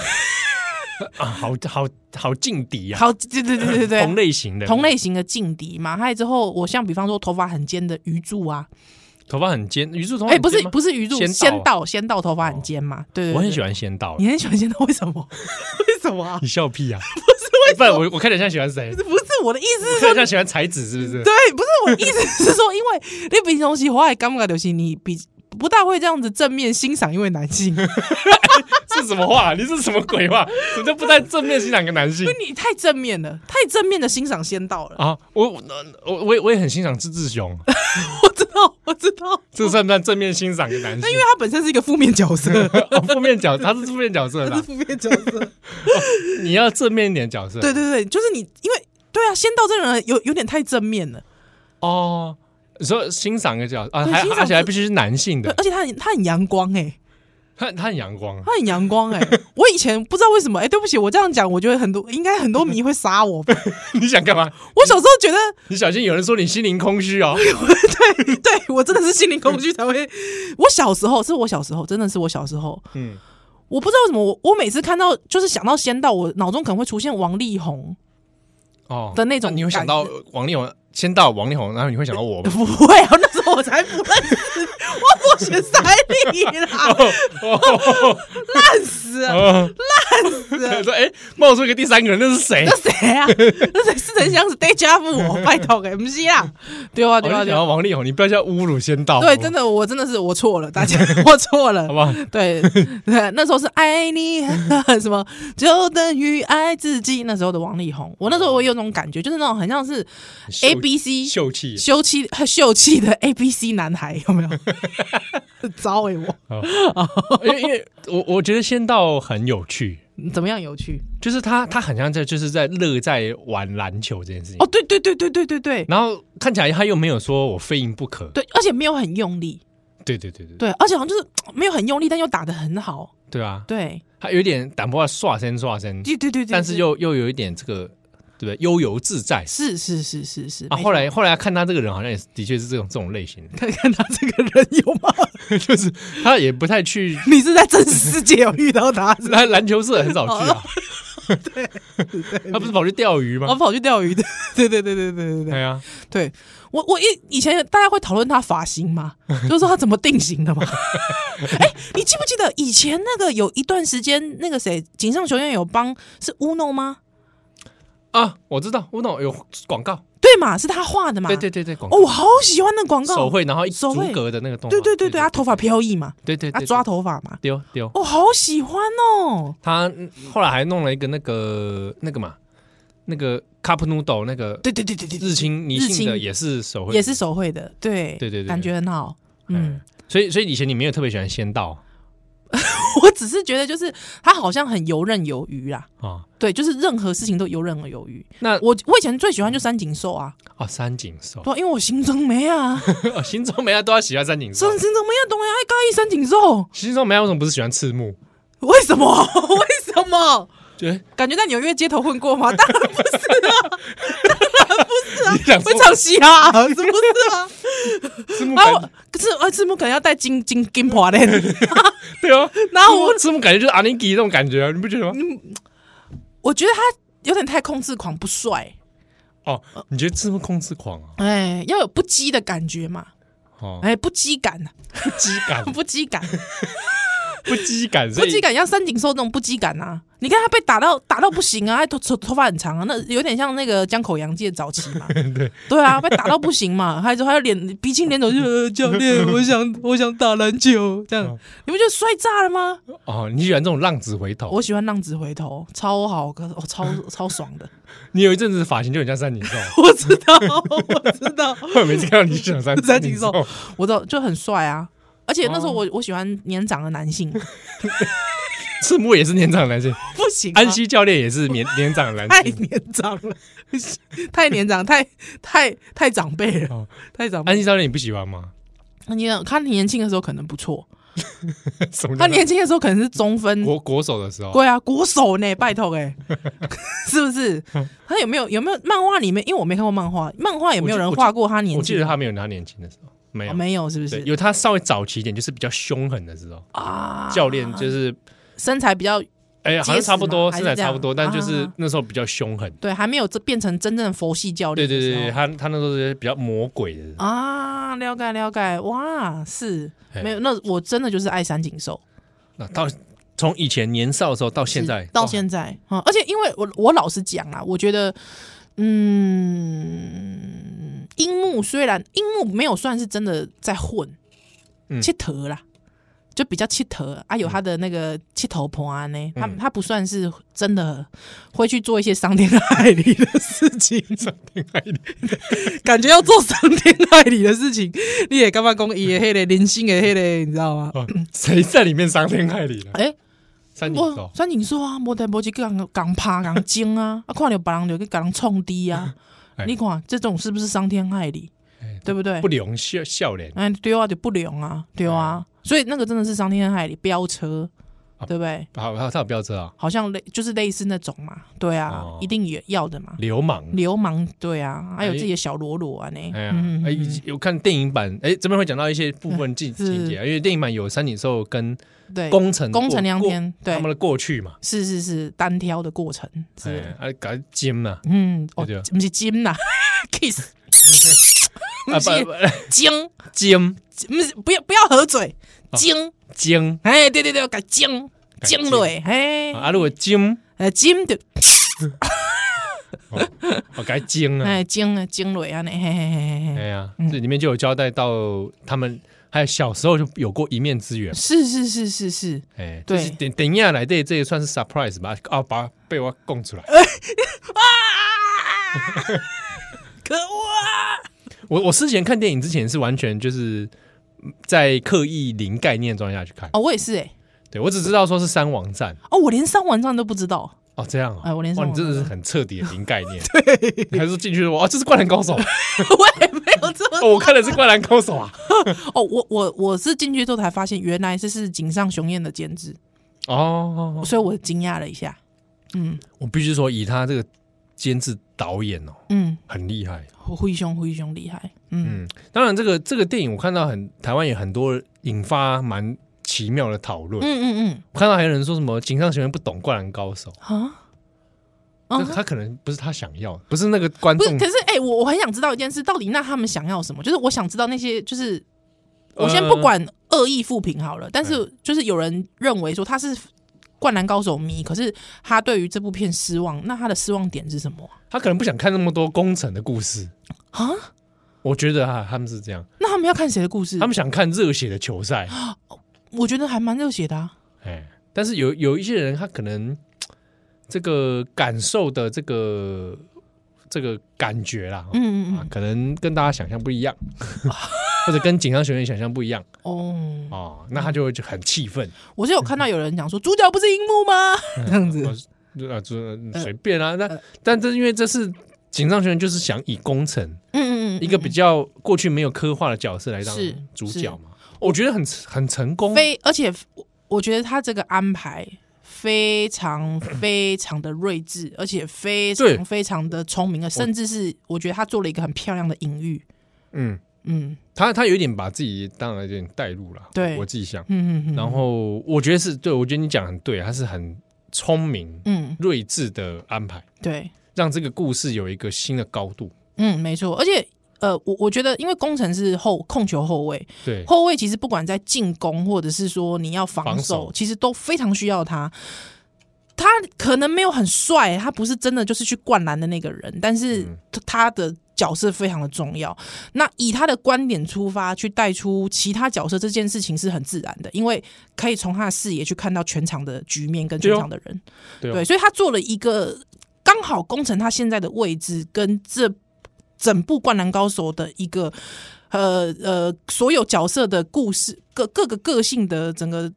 B: 啊，好好好劲敌呀、
C: 好，对对对对 对，
B: 同类型的，
C: 同类型的劲敌嘛。还有之后，我像比方说头发很尖的鱼柱啊，
B: 头发很尖，鱼柱头发
C: 哎、
B: 很尖
C: 不
B: 吗，
C: 是不是鱼柱，
B: 仙道
C: 仙道仙道头发很尖嘛，对对
B: 我很喜
C: 欢。
B: 欢仙道
C: 你，很喜欢仙道，为什么？ 为什么啊？
B: 你笑屁啊！不是，不然我我看起来像喜欢谁？
C: 不是我的意思
B: 我
C: 是
B: 看起，
C: 说
B: 来像喜欢才子，是不 是？
C: 对，不是我的意思是说，因为你比东西我也感觉就是你比不大会这样子正面欣赏一位男性，
B: 是什么话？ 你是什么鬼话？你都不带正面欣赏一个 男性
C: 你太正面了，太正面的欣赏仙道了。
B: 啊！我我我我也我也很欣赏志志雄， 啊
C: 我知道，我知道，
B: 这算不算正面欣赏一个男性
C: 因为？他本身是一个负面角色，
B: 哦负面角他是负面角色
C: 他是
B: 啦，
C: 负面角色。
B: 你要正面一点角色。
C: 对对对，就是你，因为对啊，仙道这个人有有点太正面了，
B: 哦，你说欣赏一个角色啊，
C: 对
B: 还
C: 欣赏
B: 而且还必须是男性
C: 对，
B: 的，
C: 而且他很他很阳光哎、
B: 他他很阳光啊。
C: 他很阳光哎、我以前不知道为什么哎、对不起，我这样讲，我觉得很多应该很多迷会杀我吧。
B: 你想干嘛？
C: 我小时候觉得，
B: 你小心有人说你心灵空虚
C: 哎
B: 哦。
C: 对 对，我真的是心灵
B: 嗯
C: 空虚才会。我小时候是我小时候，真的是我小时候，
B: 嗯，
C: 我不知道为什么我我每次看到就是想到仙道，我脑中可能会出现王力宏，
B: 哦
C: 的那种
B: 那你会想
C: 感
B: 到王力宏，先到王力宏，然后你会想到我吗？
C: 不会啊，那时候我才不认识，我不 学塞利啦， 啊烂死 了。
B: 哦，烂死！说哎，冒出一个第三个人，那是谁？
C: 啊
B: 哦
C: 那谁啊？那谁是很想死 day 加付我？拜托给 MC 啦！对啊，对
B: 我就
C: 啊，对
B: 想到
C: 啊！
B: 王力宏，哦你不要哦叫侮辱先到。
C: 对，真
B: 的，
C: 的，我真的是我错了，大家我错了
B: 好，不好？
C: 对对，那时候是爱你啊什么，就等于爱自己。那时候的王力宏，我那时候我有种感觉，就是那种很像是 A B C
B: 秀 气
C: 秀气秀气的 A B C 男孩，有没有？很 糟哎、我
B: 哦，因为因为我我觉得先到很有趣，
C: 怎么样有趣？
B: 就是他他很像在就是在乐在玩篮球这件事情
C: 哦，，对对对对对对对
B: 然后看起来他又没有说我非赢不可，
C: 对，而且没有很用力，
B: 对对对对对
C: 对，而且好像就是没有很用力，但又打得很好，
B: 对啊，
C: 对。
B: 他有点胆破刷身刷身，
C: 对对对对，
B: 但是
C: 对
B: 又又有一点这个对不对悠游自在
C: 是是是是是
B: 啊。
C: 没
B: 后
C: 错
B: 来后来看他这个人好像也是的确是这种这种类型的，
C: 看看他这个人有吗？
B: 就是他也不太去
C: 你是在真实世界有遇到他是吧？
B: 篮篮球社很少
C: 哦
B: 去啊， 对，他不是跑去钓鱼
C: 我
B: 吗？
C: 跑去钓鱼的， 对对对对对对对
B: 对啊，
C: 对，我我以以前大家会讨论他发型 嘛，就是说他怎么定型的嘛。 哎、你记不记得以前那个有一段时间，那个谁，井上雄彦有帮是 Uno 吗？
B: 啊，我知道，我懂有广告，
C: 对嘛，是他画的嘛？
B: 对对对对，广告
C: 哦，我好喜欢那广告，
B: 手绘，然后一
C: 手
B: 逐
C: 绘
B: 格的那个动画，
C: 对对对对，他头发飘逸嘛，
B: 对对
C: 他
B: 对，
C: 抓
B: 头
C: 头发嘛，
B: 丢丢，
C: 哦，好喜欢哦。
B: 他嗯后来还弄了一个那个那个嘛，那个 cup noodle 那个
C: 对对对对对，对
B: 日清泥
C: 日
B: 性
C: 清
B: 的也是手绘，
C: 也是手绘的，对
B: 对对对
C: 感觉很好。嗯
B: 嗯，，所以所以以前你没有特别喜欢仙道
C: 我只是觉得就是他好像很游刃有余啦，
B: 啊
C: 对，就是任何事情都游刃有余。
B: 那
C: 我我以前最喜欢就三井寿啊，
B: 哦，三井寿，
C: 对啊，因为我心中没啊，
B: 哦心中梅亚都要喜欢三井寿
C: 真，心中没啊，懂啊，爱高一三井寿，
B: 心中梅亚为什么不是喜欢赤木？
C: 为什么？ 为什么？
B: 觉得
C: 感觉在纽约街头混过吗？当然不是啊
B: 你想说
C: 会唱嘻哈，是不是啊？
B: 赤木
C: 啊，
B: 感
C: 我可是啊，字幕可能要戴金金金华链，
B: 对啊，
C: 然后我
B: 赤木感觉就是阿尼基那种感觉啊，你不觉得吗？
C: 我觉得他有点太控制狂，不帅，
B: 哦，你觉得赤木控制狂啊？
C: 哎，要有不羁的感觉嘛，
B: 哦，
C: 哎，不羁感啊
B: 不羁感
C: 不羁感。
B: 不羁感，
C: 不
B: 所以
C: 羁感像三井寿那种不羁感啊！你看他被打到打到不行啊，他头头头发很长啊，那有点像那个江口洋介早期嘛。
B: 对
C: 对啊，被打到不行嘛，还有还有脸鼻青脸肿，就、呃、教 练，我想我想打篮球，这样、
B: 嗯
C: 你不觉得帅炸了吗？
B: 哦，你喜欢这种浪子回头？
C: 我喜欢浪子回头，超好，可我、哦、超
B: 嗯
C: 超爽的。
B: 你有一阵子发型就很像三井寿，
C: 我知道，我知道，
B: 我每次看到你就想三
C: 三井
B: 井
C: 寿
B: 寿，
C: 我知道，就很帅啊。而且那时候
B: 哦
C: 我、我喜欢年长的男性，
B: 赤木也是年长男性，
C: 不行、啊，
B: 安西教练也是年年长男
C: 太
B: 性。
C: 年长了， 太年长，太太太长辈了，
B: 哦
C: 太长辈。
B: 安西教练你不喜欢吗？
C: 那你看他年轻的时候可能不错，
B: 什么叫
C: 他年轻的时候可能是中分，
B: 国国手的时候，
C: 对啊，国手呢，拜托哎、 是不是？他有没有有没有漫画里面？因为我没看过漫画，漫画也没有人画过他年轻，
B: 我记得他没有他年轻的时候，没
C: 哦
B: 有
C: 没有，是不
B: 对，
C: 是？
B: 有他稍微早期一点，就是比较凶狠的时候，
C: 啊，
B: 教练就是
C: 身材比较
B: 哎，好像差不多，
C: 结
B: 身
C: 实吗
B: 材差不多，
C: 还
B: 但
C: 是这
B: 就
C: 样
B: 是
C: 啊
B: 那时候比较凶狠。
C: 对，还没有这变成真正的佛系教
B: 对
C: 练的
B: 对
C: 时候。
B: 对对，他他那时候是比较魔鬼的，
C: 啊，了解了解，哇，是
B: 哎
C: 没有，那我真的就是爱三井寿。
B: 那到从以前年少的时候到现在
C: 是，到现在啊、嗯而且因为我我老实讲啊啦，我觉得，嗯，樱木虽然樱木没有算是真的在混，
B: 嗯
C: 切头啦，就比较切头啊，有他的那个切头婆啊呢，他
B: 嗯
C: 他不算是真的会去做一些伤天害理的事 情，
B: 哇恋爱里
C: 感觉要做伤天害理的事情，你也干嘛讲也黑嘞，零星也黑嘞，你知道吗？
B: 哦谁在里面伤天害理了？
C: 哎、
B: 三井
C: 我
B: 寿，
C: 三井寿啊，无代无志，去人共拍共惊 啊，啊，看到别人就去给人冲低啊
B: 哎。
C: 你看这种是不是伤天害理
B: 哎？
C: 对不对
B: 不？良笑笑脸
C: 哎，对啊，就不良啊，对啊，所以那个真的是伤天害理，飙车，
B: 啊
C: 对不对？
B: 好，他他有标志啊，
C: 好像类就是类似那种嘛，对啊
B: 哦，
C: 一定也要的嘛，
B: 流氓。
C: 流氓对啊，还有
B: 哎
C: 自己的小罗罗啊呢，
B: 哎呀，
C: 嗯
B: 哎，有看电影版，哎，这边会讲到一些部分情
C: 是
B: 情节，啊因为电影版有三井寿跟
C: 对，
B: 工程
C: 工
B: 过
C: 程良
B: 过
C: 田，对
B: 他，们的过去嘛，
C: 是是是，单挑的过程是
B: 哎，啊，搞金 嘛，
C: 嗯，哦
B: 对对，
C: 不是金呐 ，kiss，
B: 啊
C: 不
B: 不
C: 是
B: 不
C: 金。
B: 金
C: 不是，不要不要合嘴，精，
B: 金
C: 哎、对对对，改精
B: 改
C: 精类，嘿，
B: 啊，如果金，
C: 呃精的，
B: 我改金啊，
C: 哎嗯精啊精类啊，尼，嘿嘿嘿嘿
B: 哎
C: 嘿，
B: 呀，这里面就有交代到他们，还有小时候就有过一面之缘，
C: 是是是是是，
B: 哎，
C: 对
B: 就是等等一下来，这这也算是 surprise 吧，啊，把被我供出来，
C: 呃啊，可恶啊！
B: 我我之前看电影之前是完全就是嗯在刻意零概念状态下去看，
C: 哦，我也是哎、
B: 对我只知道说是三王战
C: 哦，我连上完账都不知道，
B: 哦，这样啊，
C: 哎我连
B: 哇，
C: 三
B: 你
C: 王
B: 真
C: 战
B: 的是很彻底的零概 念，对，还是进去哦哇，这是灌篮高手，
C: 我也没有这么，
B: 哦，我看的是灌篮高手 啊，
C: 哦，我我我是进去之后才发现，原来这是井上雄彦的监制，
B: 哦，
C: 所以我惊讶了一下，嗯
B: 我必须说以他这个监制导演哦，
C: 嗯，
B: 很厉害，
C: 灰熊灰熊厉害，嗯
B: 嗯，当然这个这个电影我看到很台湾也很多引发蛮奇妙的讨论，
C: 嗯嗯
B: 我看到还有人说什么井上雄彦不懂灌篮高手。
C: 嗯啊。
B: 这
C: 啊
B: 他可能不是他想要的，不是那个观
C: 不是，
B: 众
C: 可是哎、我我很想知道一件事，到底那他们想要什么？就是我想知道那些，就是我先
B: 呃
C: 不管恶意复评好了，
B: 嗯
C: 但是就是有人认为说他是灌篮高手迷，可是他对于这部片失望，那他的失望点是什么啊
B: 他可能不想看那么多工程的故事。
C: 啊？
B: 我觉得啊哈，他们是这样，
C: 那他们要看谁的故事？
B: 他们想看热血的球赛，
C: 啊我觉得还蛮热血的啊。
B: 哎，但是有有一些人，他可能嘖这个感受的这个这个感觉啦，
C: 嗯嗯
B: 啊
C: 嗯，，
B: 可能跟大家想象不一样， 或者跟紧张学员想象不一样
C: 哦，
B: 哦，那他就会就很气愤，
C: 我是有看到有人讲说主角不是樱木吗？这样子
B: 哦啊，这
C: 呃
B: 随便啊，那但这因为这是紧张学员，就是想以工程
C: 嗯嗯嗯，
B: 一个比较过去没有刻画的角色来当
C: 是
B: 主角嘛，我觉得很很成功啊，
C: 非而且我我觉得他这个安排非常非常的睿智，而且非
B: 对
C: 常非常的聪明了，甚至是我觉得他做了一个很漂亮的隐喻。
B: 嗯。
C: 嗯
B: 他他有点把自己当然有点带入了，
C: 对
B: 我自己想。
C: 嗯嗯嗯，
B: 然后我觉得是对，我觉得你讲得很对，他是很聪明、
C: 嗯
B: 睿智的安排，
C: 对
B: 让这个故事有一个新的高度。
C: 嗯没错，而且呃，我我觉得，因为工程是后控球后卫，
B: 对，
C: 后卫其实不管在进攻或者是说你要防守，
B: 防守
C: 其实都非常需要他。他可能没有很帅，他不是真的就是去灌篮的那个人，但是
B: 嗯
C: 他他的角色非常的重要。那以他的观点出发去带出其他角色这件事情是很自然的，因为可以从他的视野去看到全场的局面跟全场的人。
B: 对哦
C: 对，所以他做了一个刚好工程他现在的位置跟这整部《灌篮高手》的一个呃呃所有角色的故事，各各个个性的整个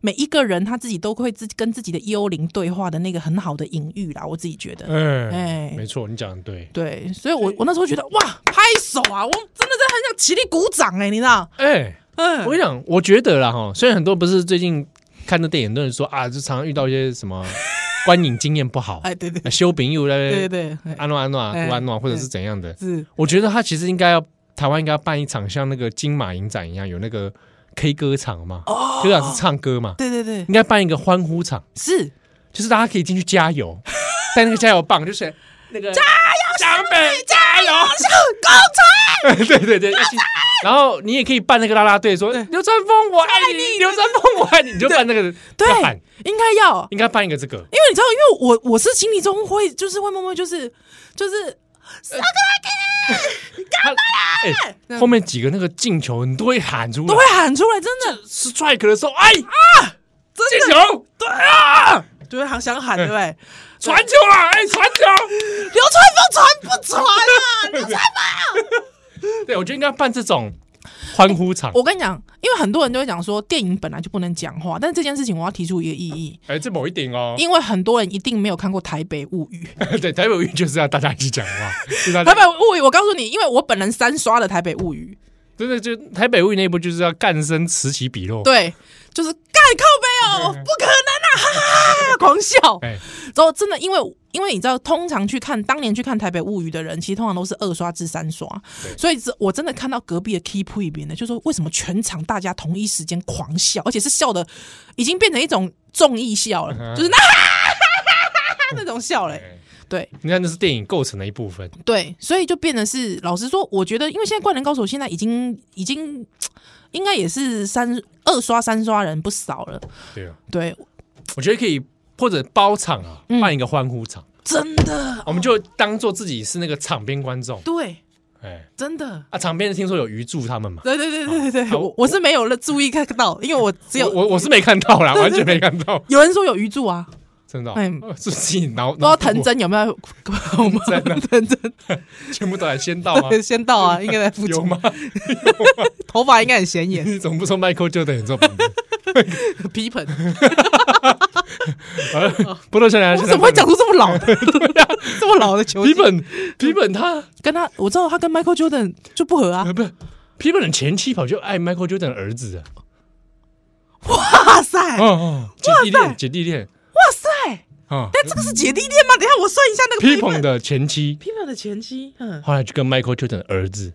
C: 每一个人他自己都会自跟自己的幽灵对话的那个很好的隐喻啦，我自己觉得。
B: 嗯
C: 哎，
B: 没错，你讲的对。
C: 对，所以我我那时候觉得哇，拍手啊！我真的在很想起立鼓掌哎、你知道？
B: 哎，
C: 嗯
B: 我跟你讲，我觉得啦哈，虽然很多不是最近看的电影都是说啊，就常常遇到一些什 么观影经验不好，
C: 哎，对对
B: 啊修饼又
C: 对对
B: 来
C: 对，哎
B: 安诺安诺啊，
C: 哎
B: 不安诺啊，或者是怎样的，
C: 是
B: 我觉得他其实应该要台湾应该要办一场像那个金马影展一样，有那个 K 歌场嘛，K 歌场是唱歌嘛，
C: 哦对对对，
B: 应该办一个欢呼场，
C: 是
B: 就是大家可以进去加 油，带那个加油棒，就是那个加油，江北加油， 对对对，要去然后你也可以扮那个啦啦队，说刘川枫我爱你，刘川枫我爱你，你就扮那个
C: 对
B: 要喊，，
C: 应该要
B: 应该扮一个这个，
C: 因为你知道，因为我我是心里中会就是会默默就是就是
B: 他哎，后面几个那个进球你都会喊出来
C: 都会，喊出来，真的
B: strike 的时候，哎啊，进球，对啊，
C: 就会好想喊，对不对？
B: 传球啊，哎，传球，
C: 流川枫传不传 啊？流川
B: 对我觉得应该办这种欢呼场，
C: 我跟你讲，因为很多人都会讲说电影本来就不能讲话，但是这件事情我要提出一个异议，
B: 哎，这某一点哦，
C: 因为很多人一定没有看过《台北物语》。
B: 对，台北运就是要大家一起讲 话，就是大
C: 《台
B: 家
C: 北物语》，我告诉你，因为我本人三刷了《台北物语
B: 真的就台北运那一部就是要干声此起彼落》，，
C: 对，就是盖靠背哦，不可能啊，哈哈哈，狂笑。
B: 哎，
C: 之后真的因为因为你知道，通常去看当年去看《台北物语》的人，其实通常都是二刷至三刷，所以这我真的看到隔壁的 Keep 一边的，就说为什么全场大家同一时间狂笑，而且是笑的已经变成一种综艺笑了，就是那那种笑嘞、对
B: 你看那是电影构成的一部分，
C: 对，所以就变得是老实说，我觉得因为现在《灌篮高手》现在已经已经应该也是三二刷三刷人不少了，
B: 对啊，
C: 对，
B: 我觉得可以或者包场啊，
C: 嗯
B: 办一个欢呼场，
C: 真的
B: 我们就当做自己是那个场边观众，
C: 对，
B: 哎，
C: 真的。
B: 啊，场边听说有鱼柱他们嘛。
C: 对对对对对对，
B: 好
C: 我我是没有了注意看到，因为我只
B: 我
C: 有
B: 我我是没看到啦，完全没看到，
C: 有人说有鱼柱啊，
B: 真的哦，
C: 哎
B: 是自己脑
C: 不知道
B: 脑
C: 藤真有没有我们
B: 藤真啊
C: 藤真
B: 全部都来先到吗？
C: 先到啊，应该在附近
B: 有，吗？
C: 头发应该很显眼，
B: 你怎么不说 Michael Jordan 做旁边？
C: 皮盆，
B: 不多想想，
C: 哦我怎么会讲出这么 老的这么老的球
B: 皮
C: 星？
B: 本？皮本他
C: 跟他我知道他跟 Michael Jordan 就不合啊
B: 呃，不是皮本的前妻跑去爱 Michael Jordan 的儿子啊，
C: 哇塞
B: 哦哦，姐弟恋，姐弟恋
C: 哇塞，哎
B: 啊，
C: 但这个是姐弟恋吗？等一下我算一下那个
B: 皮
C: 皮
B: 本
C: 盆
B: 的前妻
C: 皮盆的前妻，嗯，
B: 后来就跟 Michael Jordan 的儿子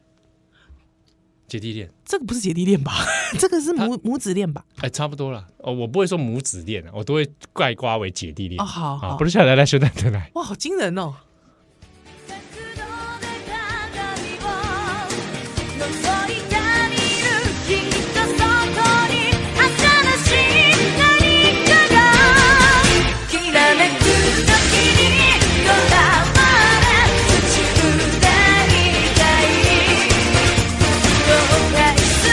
B: 姐弟恋，
C: 这个不是姐弟恋吧？ 这个是母母子恋吧？
B: 哎，差不多了。哦，我不会说母子恋啊，我都会概括为姐弟恋
C: 哦，。好
B: 啊，
C: 好
B: 不，是下来来修蛋的来，
C: 哇，好惊人哦！
A: 「角度で鏡を覗いてみる」「きっとそこに新しい何かが」「きらめく時に囚われ土踏んでいたい」「後悔する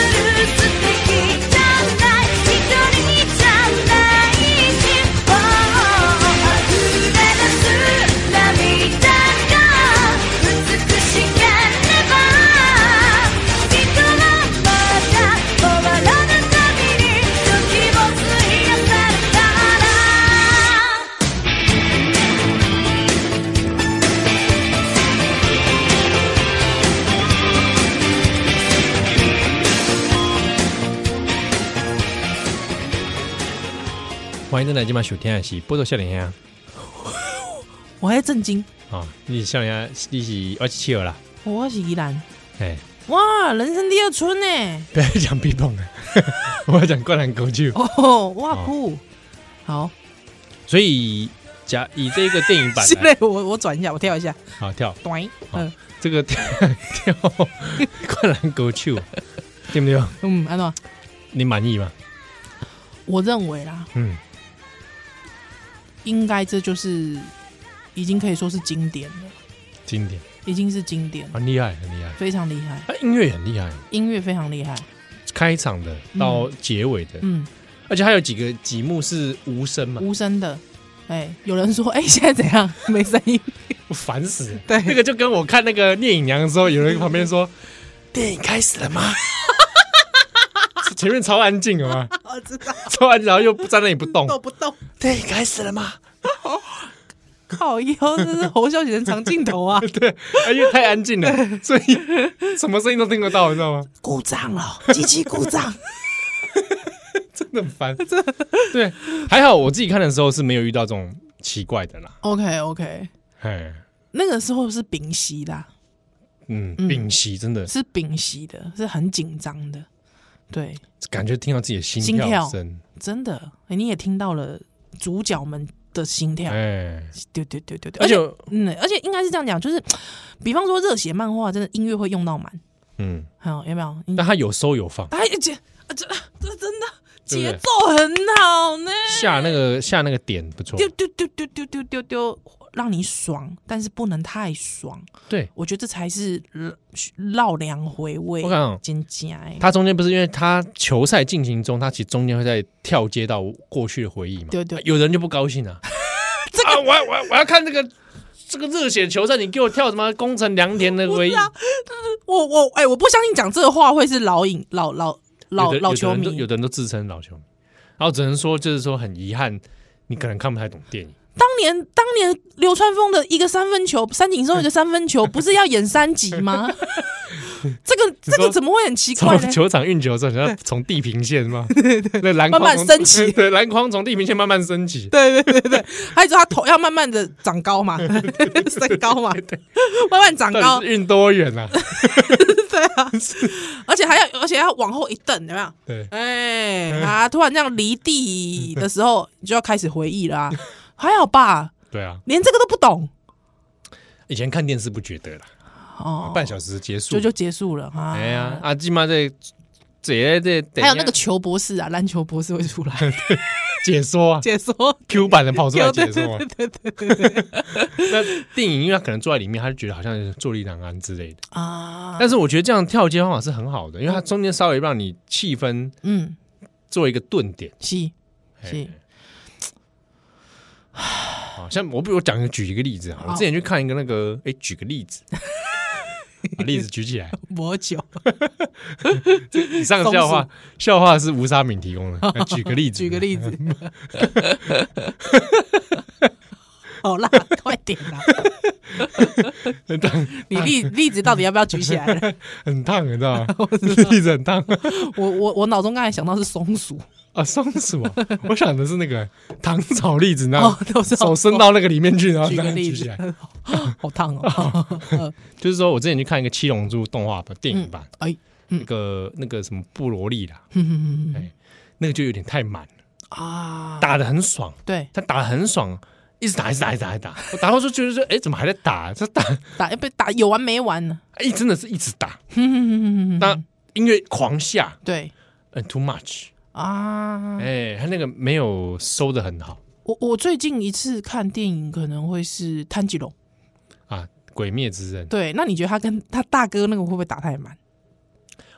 A: 素敵じゃない」「一人じゃないし」「溢れ出す涙が美しければ」「人はまだ終わらぬ旅に時を費やされたら」
B: 欢迎再来今晚收听的是《波多啊笑脸呀
C: 我还在震惊，》
B: 啊，你笑脸呀，你是二七七二啦，
C: 我是宜兰，
B: 哎，
C: 哇，人生第二春呢！
B: 不要讲 B 蹦 了，
C: 哦
B: 我要讲灌篮高手。
C: 哦，哇酷，好，
B: 所以假以这个电影版
C: 是
B: 来
C: 嘞，我我转一下，我跳一下，
B: 好跳
C: 短，嗯
B: 这个跳跳 灌篮高手，对不对？
C: 嗯，安诺，
B: 你满意吗？
C: 我认为啦，
B: 嗯，
C: 应该这就是已经可以说是经典了，
B: 经典，啊
C: 已经是经典了，
B: 很厉害，很厉害。
C: 非常厉害，
B: 啊，音乐也很厉害，
C: 音乐非常厉害，
B: 开场的到结尾的，
C: 嗯，
B: 而且还有几个几幕是无声嘛，
C: 无声的。哎、有人说，哎、现在怎样？ 没声音。
B: 我烦死了。
C: 对
B: 那个就跟我看那个《聂隐娘》的时候，有人旁边说：“电影开始了吗？”前面超安静了吗？
C: 我知道，
B: 超安静，然后又不在那里不动。
C: 动不动？
B: 电影开始了吗？
C: 靠腰，这是侯孝贤长镜 头啊！
B: 对，啊因为太安静了，所以什么声音都听得到，你知道吗？
C: 故障了，机器故 障。
B: 真的很烦。对，还好我自己看的时候是没有遇到这种奇怪的啦。
C: OK OK，
B: 哎，
C: 那个时候是屏息的啊、
B: 嗯，
C: 嗯
B: 屏息真的
C: 是屏息的，是很紧张的。对，
B: 感觉听到自己的心
C: 心跳
B: 跳声，
C: 真的，诶你也听到了主角们的心跳。
B: 哎，
C: 对对对对对，
B: 而
C: 而
B: 且
C: 且嗯，而且应该是这样讲，就是比方说热血漫画，真的音乐会用到满，
B: 嗯，
C: 好有没有？你
B: 但它有收有放，
C: 哎姐，啊这这真的
B: 对不对
C: 节奏很好呢。
B: 下那个下那个点不错
C: 丢，丢丢丢丢丢丢丢，让你爽，但是不能太爽。
B: 对。
C: 我觉得这才是呃绕梁回味。
B: 我看哦
C: 真假哎，
B: 它中间不是因为它球赛进行中，它其实中间会在跳接到过去的回忆嘛？
C: 对对
B: 啊有人就不高兴 啊，啊，我要我要我要看这个这个热血球赛，你给我跳什么宫城良田的
C: 不
B: 回
C: 是
B: 忆？
C: 啊，我我哎、我不相信讲这个话会是老影老老老
B: 有的
C: 老球
B: 有的人都有的
C: 迷。
B: 人都自称老球迷，然后只能说就是说很遗憾，你可能看不太懂 电影。
C: 当年当年流川枫的一个三分球，三井寿一个三分 球，不是要演三集吗？这个这
B: 说
C: 个怎么会很奇怪
B: 从
C: 呢？
B: 球场运球的时候，你要从地平线 吗？那篮
C: 慢
B: 筐
C: 慢
B: 从
C: 升起
B: 对，篮筐从地平线慢慢升起。
C: 对对对对，还有就是他头要慢慢的长 高嘛，身高嘛， 慢慢长
B: 到
C: 高
B: 底，是运多远啊？
C: 对啊，而且还要而且要往后一蹬，有没有？
B: 对，
C: 哎、啊，突然这样离地的时候，你就要开始回忆 啦、还好吧，
B: 对啊，
C: 连这个都不懂
B: 以前看电视不觉得啦，
C: 哦，
B: 半小时结束
C: 就。就结束了啊。
B: 啊哎呀，啊，今妈这这这，
C: 还有那个球 博士啊，篮球博士会出来
B: 解说啊
C: 解说。
B: Q 版的跑出来
C: 对
B: 解
C: 对
B: 说啊
C: 对。对对对对
B: 那电影因为他可能坐在里面，他就觉得好像是坐立难安之类的。
C: 啊，
B: 但是我觉得这样跳接方法是很好的，因为它中间稍微让你气氛
C: 嗯，
B: 做一个顿点。
C: 是
B: 嘿
C: 是，
B: 哎好像我比如讲一个举一个例子啊，我
C: 好
B: 之前去看一个那个，哎，举个例 子，把例子举起来。
C: 魔酒
B: 以上的笑话，笑话是吴沙敏提供的。那举个例子，
C: 举个 例子，好啦，快点 啦！
B: 很烫，
C: 你例例子到底要不要举起来 了？
B: 很烫，你知道 吗？例子很烫
C: 我我我脑中刚才想到是松鼠，
B: 啊，松鼠 啊，我想的是那个糖炒栗子，然
C: 哦
B: 后，
C: 都是
B: 手伸到那个里面去，然后
C: 举
B: 这
C: 个
B: 样
C: 例
B: 举起
C: 子
B: 来。，
C: 好 烫哦。
B: 就是说我之前去看一个《七龙珠》动画版电影版，
C: 哎，
B: 那个那个什么布罗利啦，
C: 哼哼哼哼
B: 哎，那个就有点太满了，
C: 啊，
B: 打的很爽，
C: 对，
B: 他打的很爽，一直打，一直打，一直打，一直打，我打到就觉得说，哎，怎么还在打？这打，
C: 打哎不打有完没完呢？
B: 哎，真的是一直打，
C: 哼哼哼哼哼
B: 那音乐狂下，
C: 对
B: 嗯，too much，
C: 啊，
B: 哎，他那个没有收的很好
C: 我我最近一次看电影可能会是炭治龙。
B: 啊，《鬼灭之刃》
C: 对，那你觉得他跟他大哥那个会不会打太满？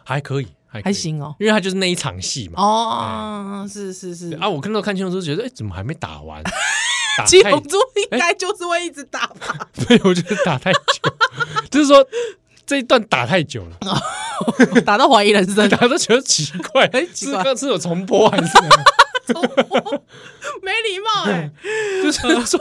B: 还可以，还可以
C: 还，行哦。
B: 因为他就是那一场戏嘛。
C: 哦，是是是，
B: 啊，我看到看《七龙珠》觉得，哎，怎么还没打 完？打
C: 七
B: 太
C: 龙珠应该就是会一直打吧？
B: 对，我觉得打太久， 就是说这一段打太久了，
C: 哦打到怀疑人生，
B: 打都觉得奇怪，
C: 哎奇怪
B: 是刚是有重播还是怎么 样？
C: 没礼貌哎、
B: 就是说
C: 说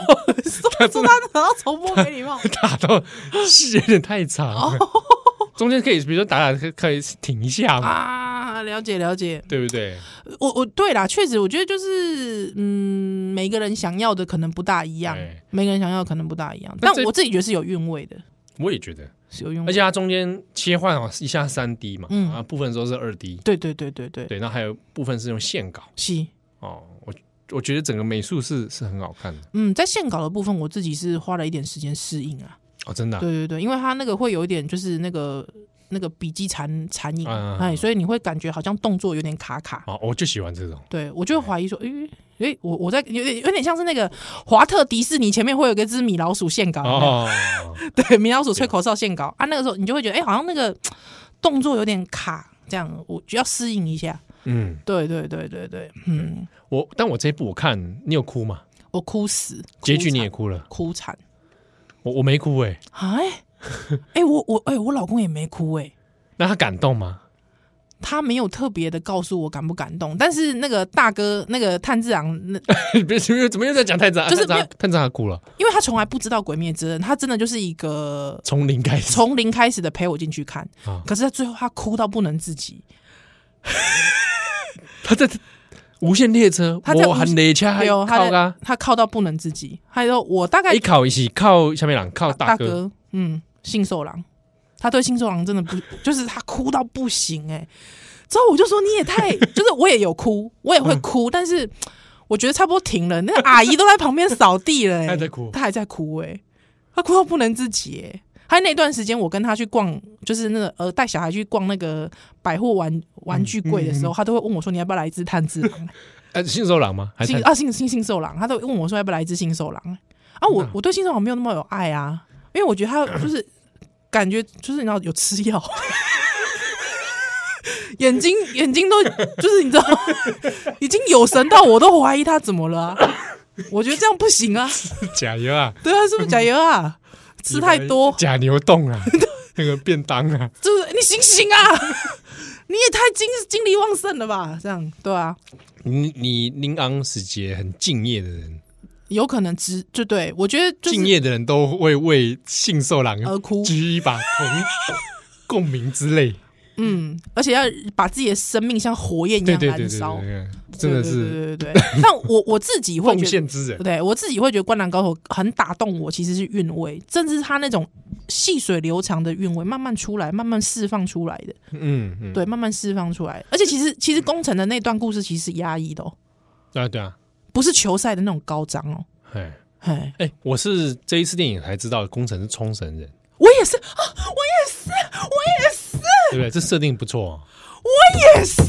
C: 说他打到重播没礼貌
B: 打到戏有点太长
C: 哦
B: 了， 中间可以比如说打打可以可以停一下嘛，
C: 啊！了解了解，
B: 对不对？
C: 我我对啦，确实我觉得就是嗯，每个人想要的可能不大一样
B: 对，
C: 每个人想要的可能不大一样，
B: 那
C: 但
B: 这
C: 我自己觉得是有韵味的，
B: 我也觉得，
C: 是有韵
B: 而
C: 味
B: 且
C: 的。
B: 它中间切换哦，一下三 D 嘛，
C: 嗯
B: 啊，部分时候是二 D，
C: 对对对对对，
B: 对，然后还有部分是用线稿
C: 是
B: 哦，我我觉得整个美术是是很好看的
C: 嗯，在线稿的部分，我自己是花了一点时间适应啊。
B: 哦，真的啊、
C: 对对对，因为它那个会有一点就是那个那个笔记残残影，
B: 嗯嗯嗯
C: 哎，所以你会感觉好像动作有点卡卡。
B: 哦，我就喜欢这种
C: 对我就会怀疑说，诶、诶、我我在有点有点像是那个华特迪士尼前面会有一个只米老鼠线稿，
B: 哦，
C: 对，米老鼠吹口哨线稿啊，那个时候你就会觉得，哎、好像那个动作有点卡，这样我就要适应一下。
B: 嗯，
C: 对对对对对，嗯，
B: 我但我这一部我看你有哭吗？
C: 我哭死，哭
B: 结局你也
C: 惨
B: 哭了，
C: 哭惨，
B: 我我没哭哎、
C: 哎，哎，我我哎、我老公也没哭哎、
B: 那他感动吗？
C: 他没有特别的告诉我感不感动，但是那个大哥那个炭治郎，那
B: 别怎么又怎么又在讲啊探长？
C: 就是
B: 探
C: 没
B: 长，探长他哭了，
C: 因为他从来不知道《鬼灭之刃》，他真的就是一个
B: 从零开始。
C: 从零开始的陪我进去看，
B: 啊
C: 可是他最后他哭到不能自己，
B: 他在无限列车，
C: 他在
B: 我
C: 无
B: 喊列车，还
C: 还有哦他
B: 靠
C: 在
B: 啊，
C: 他靠到不能自己，还有我大概
B: 一靠一起靠下面人靠大哥，
C: 嗯，信受郎，他对信受郎真的不， 就是他哭到不行哎、之后我就说你 也太，就是我也有哭，我也会
B: 嗯
C: 哭，但是我觉得差不多停了，那个阿姨都在旁边扫 地了、欸，
B: 他还在哭
C: 她还在哭哎、她哭到不能自己哎、还有那段时间，我跟她去逛，就是那个呃，带小孩去逛那个百货玩玩具柜的时
B: 嗯
C: 候，她都会问我说：“你要不要来一只炭治郎？”
B: 哎，信手郎吗？还是
C: 新
B: 探
C: 啊新新新兽郎，他都问我说要不要来一只新兽郎啊，我我对新兽郎没有那么有爱啊，因为我觉得他就是 感觉就是你知道有吃药， 眼睛眼睛都就是你知道已经有神到我都怀疑他怎么了、啊，我觉得这样不行啊，
B: 假油啊，
C: 对啊，是不是假油啊？吃太多
B: 假牛冻 啊，那个便当啊，
C: 就是你醒醒啊！ 你也太精精力旺盛了吧？这样对啊，
B: 你你林昂时节很敬业的人，
C: 有可能只就对我觉得就是
B: 敬业的人都会为信受郎
C: 而哭
B: 举一把同共鸣之 泪，
C: 嗯，而且要把自己的生命像火焰一
B: 对
C: 样
B: 对
C: 燃
B: 对对
C: 烧，
B: 对，对真的是
C: 对对对对 对。但我我自己会
B: 奉
C: 觉得，
B: 献之人，
C: 对我自己会觉得《灌篮高手》很打动我，其实是韵味，甚至他那种细水流长的韵味，慢慢出来，慢慢释放出来的，
B: 嗯嗯，
C: 对，慢慢释放出来。而且其实其实工程的那段故事其实是压抑的、哦，
B: 啊对啊，
C: 不是球赛的那种高涨哦。
B: 哎
C: 嘿，
B: 哎，我是这一次电影才知道工程是冲绳人，
C: 我也是 啊，我也是，我也是，
B: 对不对？这设定不错哦。
C: 我也是。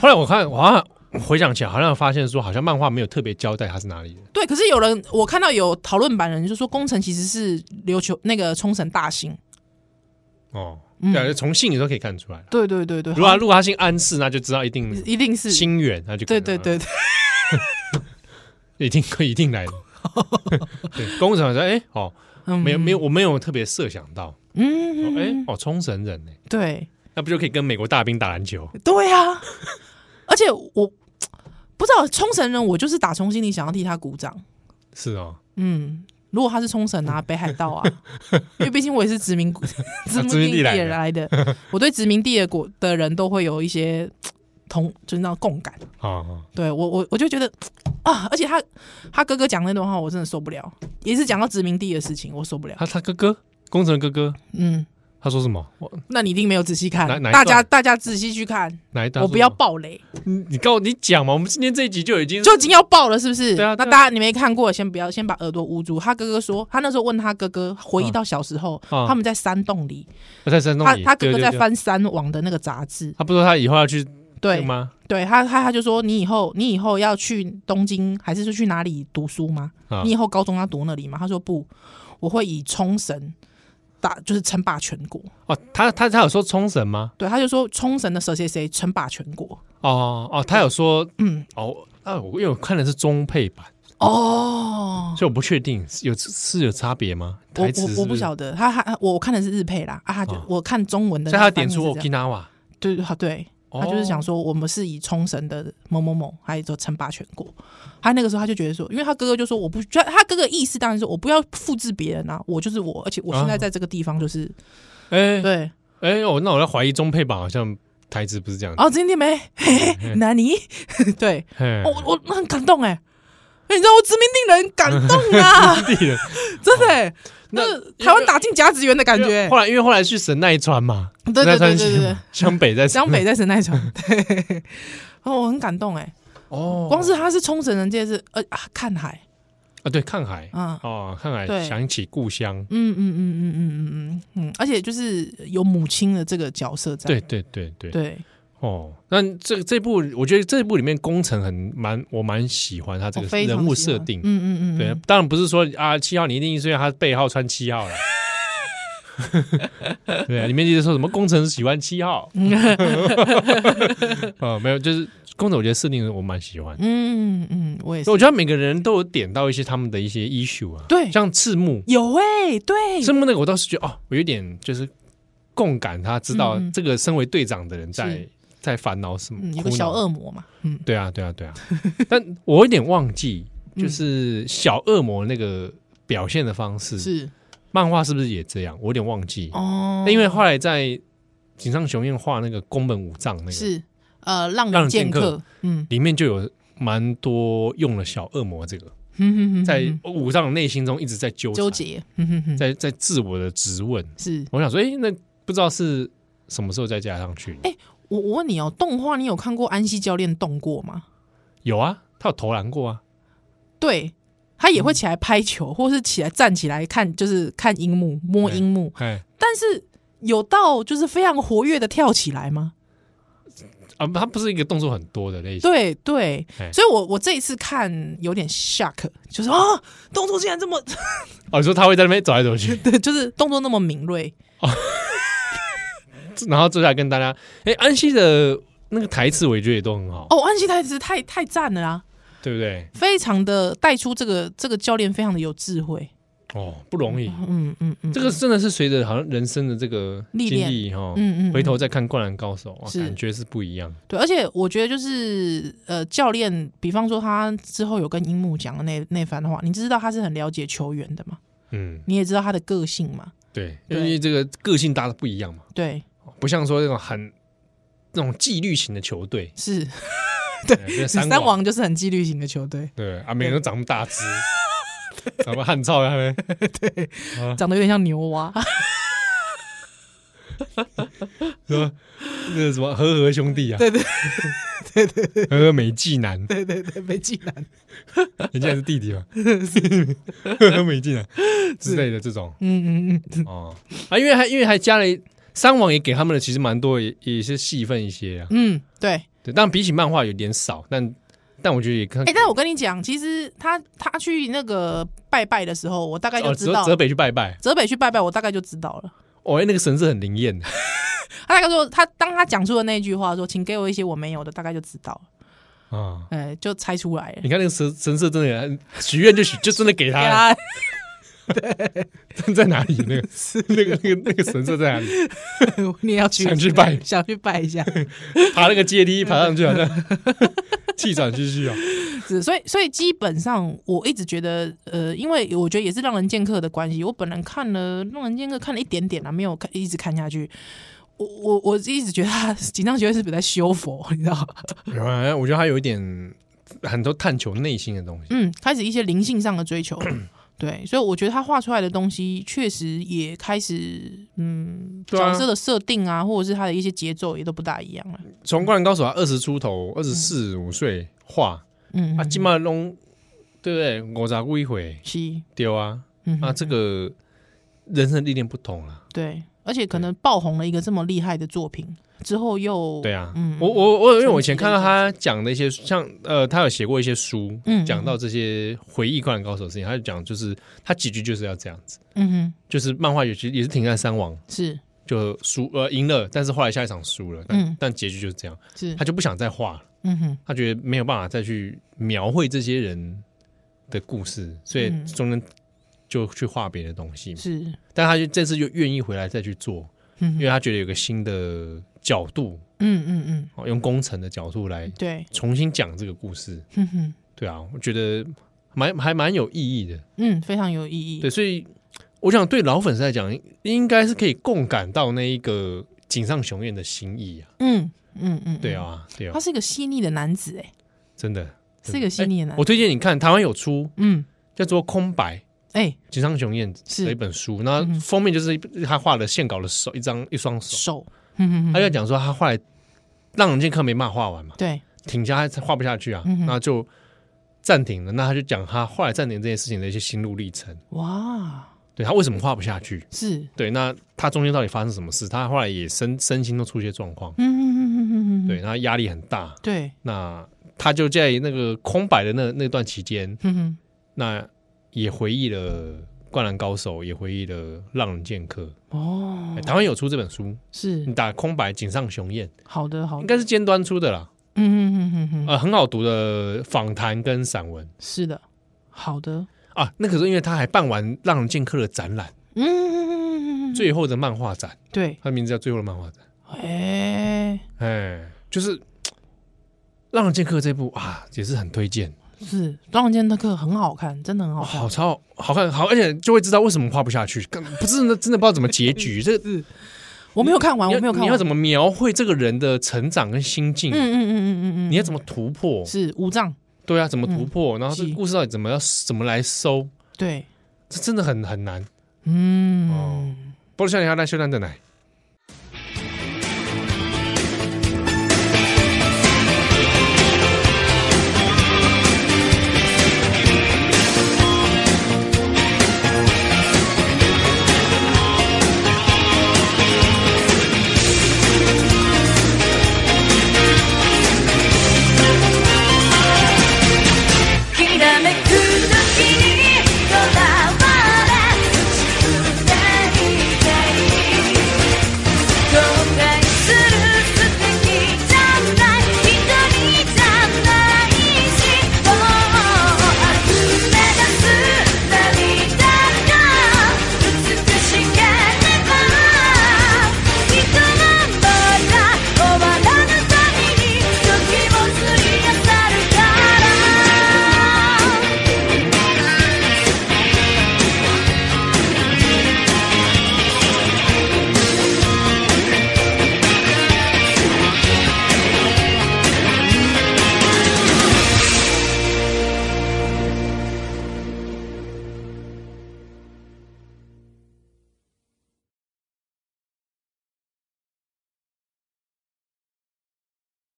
B: 后来我看，我好像回想起来，好像发现说，好像漫画没有特别交代他是哪里人。
C: 对，可是有人我看到有讨论版人就说，工程其实是琉球那个冲绳大兴。
B: 哦，
C: 嗯
B: 对啊，从姓你都可以看出来了。
C: 对对对对，
B: 如果他如果他姓安室，那就知道一定
C: 一定是
B: 心远，那就可
C: 对
B: 能
C: 对，对对，
B: 一定一定 来的。对，工程说，哎，哦，
C: 嗯
B: 没有没有，我没有特别设想到，
C: 嗯，
B: 哦哎，哦，冲绳人呢，
C: 对
B: 那不就可以跟美国大兵打篮球？
C: 对啊， 而且我不知道冲绳人，我就是打从心里想要替他鼓掌。
B: 是哦，
C: 嗯，如果他是冲绳 啊、北海道啊，因为毕竟我也是殖民殖
B: 啊殖民
C: 民
B: 地
C: 地
B: 来的
C: 来的，我对殖民地的国的人都会有一些同，就是那种共感。
B: 哦哦，
C: 对我我我就觉得啊，而且他他哥哥讲那段话，我真的受不了，也是讲到殖民地的事情，我受不了。
B: 他他哥哥，工程哥哥，
C: 嗯，
B: 他说什么？我
C: 那你一定没有仔细看
B: 哪哪，一
C: 大
B: 段
C: 家大家仔细去看，
B: 哪一段？
C: 我不要爆雷。
B: 你，你告你讲嘛，我们今天这一集就已经
C: 就已经要爆了，是不是？
B: 对啊对啊
C: 那大家你没看过，先不要，先把耳朵捂住。他哥哥说，他那时候问他哥哥，回忆到小时候，
B: 啊
C: 他们在山洞里，
B: 我在山洞
C: 他
B: 里，
C: 他哥哥
B: 对
C: 在，
B: 对对
C: 翻山网的那个杂志，
B: 他不说他以后要去那
C: 对
B: 个吗？
C: 对，他他他就说，你以后你以后要去东京，还是说去哪里读书吗？
B: 啊
C: 你以后高中要读那里吗？他说不，我会以冲绳打，就是称霸全国。
B: 哦，他他他有说冲绳吗？
C: 对，他就说冲绳的谁谁谁称霸全国。
B: 哦哦，他有说，嗯
C: 嗯，
B: 哦，啊，我因为我看的是中配版，
C: 哦，
B: 所以我不确定是有是有差别吗？
C: 我
B: 台词是
C: 我我不
B: 是
C: 晓得，他他我我看的是日配啦，啊，他就、
B: 啊
C: 我看中文的
B: 所以
C: 那
B: 他
C: 个翻译是这样，
B: 点出 Okinawa，
C: 对好对，
B: 哦
C: 他就是想说我们是以冲绳的某某某，还有说称霸全国。他那个时候他就觉得说，因为他哥哥就说我不，就他哥哥意思当然是我不要复制别人啊，我就是我，而且我现
B: 啊
C: 在在这个地方就是、
B: 哎
C: 对。
B: 哎，我那我在怀疑中配版好像台词不是这样子，
C: 哦，今天没，嘿嘿，
B: 嗯
C: 哪里？对，
B: 嘿
C: 哦，我我很感动哎，哎你知道我殖民地人感 动啊，
B: 地人
C: 真的欸，
B: 哦那
C: 那个台湾打进甲子园的感
B: 因为
C: 觉欸
B: 后。来因为后来去神奈川嘛，
C: 对对对
B: 神奈川
C: 对 对
B: 县嘛湘北在
C: 江北
B: 在
C: 在神奈川，对，哦，我很感动哎，
B: 哦哦，
C: 光是他是冲绳人这是呃、啊、看海，
B: 啊，对，看海
C: 嗯
B: 哦，看海
C: 对
B: 想起故乡，
C: 嗯嗯嗯嗯嗯嗯嗯嗯，而且就是有母亲的这个角色在，
B: 对对对对
C: 对，
B: 哦，那这这部我觉得这部里面工程很蛮，我蛮喜欢他这
C: 我
B: 个
C: 哦非常
B: 人物
C: 喜
B: 设
C: 欢
B: 定。
C: 嗯嗯嗯，
B: 对，当然不是说啊，七号你一定是因为他背号穿七号了。 对啊，里面一直说什么工程喜欢七 号，啊，没有，就是工程，我觉得设定我蛮喜欢。
C: 嗯嗯嗯，我也是
B: 我，觉得每个人都有点到一些他们的一些 issue 啊，
C: 对
B: 像赤木，
C: 有哎、对，
B: 赤木那个我倒是觉得哦，我有点就是共感，他知道
C: 嗯嗯
B: 这个身为队长的人在
C: 是
B: 在烦恼什么，
C: 嗯，有
B: 苦
C: 个
B: 恼
C: 小恶魔嘛，嗯，
B: 对啊，对啊， 对啊。但我有点忘记，就是小恶魔那个表现的方式，
C: 是
B: 漫画是不是也这样？我有点忘记。
C: 哦
B: 那，因为后来在井上雄彦画那个宫本武藏那个，
C: 是呃浪
B: 浪
C: 人
B: 人剑
C: 剑
B: 客
C: 客，嗯，
B: 里面就有蛮多用了小恶魔这个，
C: 哼嗯哼哼
B: 在
C: 哼
B: 武藏内心中一直在纠
C: 哼
B: 缠
C: 纠，结，嗯哼哼，
B: 在在自我的质问。
C: 是
B: 我想说，哎，那不知道是什么时候再加上去？
C: 哎我我问你哦，动画你有看过安西教练动过吗？
B: 有啊，他有投篮过啊。
C: 哦对他也会
B: 嗯
C: 起来拍球，或是起来站起来看，就是看樱木摸樱木，
B: 哎
C: 但是有到就是非常活跃的跳起来吗？
B: 啊，他不是一个动作很多的类型。
C: 对对
B: 哎，
C: 所以我我这一次看有点 shock，就是啊，动作竟然这么，，
B: 哦，你说他会在那边走来走去
C: 对，就是动作那么敏锐，
B: 然后接下来跟大家，哎，安西的那个台词我也觉得也都很好，
C: 哦，安西太子太太赞了啦，
B: 对不对？
C: 非常的带出这个这个教练非常的有智慧，
B: 哦，不容易。
C: 嗯嗯嗯，
B: 这个真的是随着好像人生的这个
C: 历
B: 经
C: 练
B: 历哈，
C: 嗯嗯嗯
B: 回头再看《灌篮高手》啊，
C: 是
B: 感觉是不一样。
C: 对，而且我觉得就是呃，教练，比方说他之后有跟樱木讲的那那番话，你知道他是很了解球员的嘛，
B: 嗯，
C: 你也知道他的个性嘛，
B: 对，因
C: 对
B: 为这个个性大家不一样嘛，
C: 对，
B: 不像说那种很那种纪律型的球队， 哎
C: 是
B: 对，
C: 三
B: 王，
C: 王就是很纪律型的球队，
B: 对啊，每个人都长那么大 只，长那么汉哎操他们，嗯
C: 长得有点像牛 蛙，
B: 什么那个什么和和兄弟啊，对对对对，和和美纪男，
C: 对对对，被技能，
B: 人家是弟 弟嘛，和和美纪男之类的这种，
C: 嗯嗯嗯，
B: 哦啊，因为还因为还加了一三王也给他们的其实蛮多也也是戏份一些啊，
C: 嗯，对，
B: 对，当然比起漫画有点少，但但我觉得也看，
C: 哎、但我跟你讲，其实他他去那个拜拜的时候，我大概就
B: 哦，
C: 知
B: 泽
C: 道，
B: 泽北去拜拜，
C: 泽北去拜拜，我大概就知道了。
B: 哦，哎那个神是很灵验的，
C: 他大概说，他当他讲出的那句话说，请给我一些我没有的，大概就知道了，
B: 啊，
C: 哎、就猜出来了。
B: 你看那个神神社真的也许愿就许就真的给
C: 给
B: 他了，
C: 他
B: 在哪里那个那个那个那个神社在哪里？
C: 你也要去
B: 想去拜
C: 想去拜一下，
B: 爬那个阶梯爬上去好 像气喘吁吁啊，
C: 是所以所以基本上我一直觉得，呃，因为我觉得也是《让人剑客》的关系，我本来看了《让人剑客》看了一点点啦，没有看一直看下去。我我我一直觉得他紧张学会是不是在修佛，你知道吗？
B: 有啊我觉得他有一点很多探求内心的东西，
C: 嗯，开始一些灵性上的 追求，对，所以我觉得他画出来的东西确实也开始，嗯，
B: 对啊
C: 角色的设定啊，或者是他的一些节奏也都不大一样了。
B: 从《灌篮高手》啊他二十出头，二十四五岁画。
C: 嗯，
B: 啊，金马龙对不对？我咋过一回
C: 七，
B: 丢啊
C: 嗯
B: 啊！这个人生历练不同啊了，
C: 对，而且可能爆红了一个这么厉害的作品之后又
B: 对啊，
C: 嗯
B: 我我我因为我以前
C: 成绩
B: 看
C: 的
B: 到他讲的一些像呃，他有写过一些书，
C: 嗯
B: 讲到这些回忆《灌篮高手》的事情，他就讲就是他结局就是要这样子，
C: 嗯哼，
B: 就是漫画也是也是停在三王
C: 是
B: 就输呃赢了，但是后来下一场输了，但、
C: 嗯
B: 但结局就是这样，
C: 是
B: 他，就不想再画了，
C: 嗯哼，
B: 他觉得没有办法再去描绘这些人的故事，所以
C: 嗯
B: 中间就去画别的东西嘛。
C: 是，
B: 但他就这次就愿意回来再去做，
C: 嗯
B: 因
C: 哼
B: 为他觉得有个新的角度，
C: 嗯嗯嗯，
B: 哦用工程的角度来
C: 对，
B: 重新讲这个故事。
C: 哼哼，
B: 对啊，我觉得蛮还蛮有意义的。
C: 嗯，非常有意义，
B: 对，所以我想对老粉丝来讲，应该是可以共感到那一个井上雄彦的心意啊。
C: 嗯嗯嗯，
B: 对
C: 嗯，
B: 啊，对啊
C: 他，是一个细腻的男子，哎，
B: 真的真
C: 是一个细
B: 哎
C: 腻的男
B: 我
C: 子，
B: 推荐你看，台湾有出
C: 嗯，
B: 叫做《空白》。
C: 哎，
B: 井上雄彦的一本书，那
C: 嗯哼
B: 封面就是一他画的线稿的手，一张一双手，
C: 手，嗯哼
B: 他
C: 哼，
B: 就讲说他后来让人剑客没办法画完嘛，
C: 对，
B: 挺下他画不下去啊，
C: 嗯
B: 那就暂停了。那他就讲他后来暂停这件事情的一些心路历程，
C: 哇，
B: 对他为什么画不下去？
C: 是，
B: 对，那他中间到底发生什么事？他后来也身身心都出一些状况，
C: 嗯嗯嗯嗯嗯，
B: 对，那压力很大。
C: 对，
B: 那他就在那个空白的那那段期间，
C: 嗯哼，
B: 那也回忆了《灌篮高手》，也回忆了《浪人剑客》
C: 哦
B: 哎，台湾有出这本书，你
C: 是
B: 打空白井上雄彦，
C: 好的好
B: 嗯应
C: 的，
B: 该是尖端出的啦，
C: 嗯嗯嗯哦嗯嗯，
B: 呃，很好读的访谈跟散文
C: 是的，好的，
B: 啊。那可是因为他还办完《浪人剑客》的展览，
C: 嗯嗯嗯嗯嗯，
B: 最后的漫画展，
C: 对，
B: 他的名字叫《最后的漫画展》。
C: 哎，
B: 哎，就是《浪人剑客》这部啊，也是很推荐，
C: 是《当然间那课很好看，真的很好
B: 哇
C: 看，
B: 好超好看，好，而且就会知道为什么画不下去，根不是真的不知道怎么结 局。这个
C: 我没有看完，
B: 你
C: 啊我
B: 要
C: 没有看完，
B: 你要怎么描绘这个人的成长跟心境？
C: 嗯嗯嗯嗯嗯嗯，
B: 你要怎么突破？
C: 是五藏？
B: 对啊，怎么突破？然后这
C: 是
B: 个故事到底怎么要怎么来收？
C: 对，
B: 这真的很很难。哦
C: 嗯，
B: 不如像你要来修蛋的奶，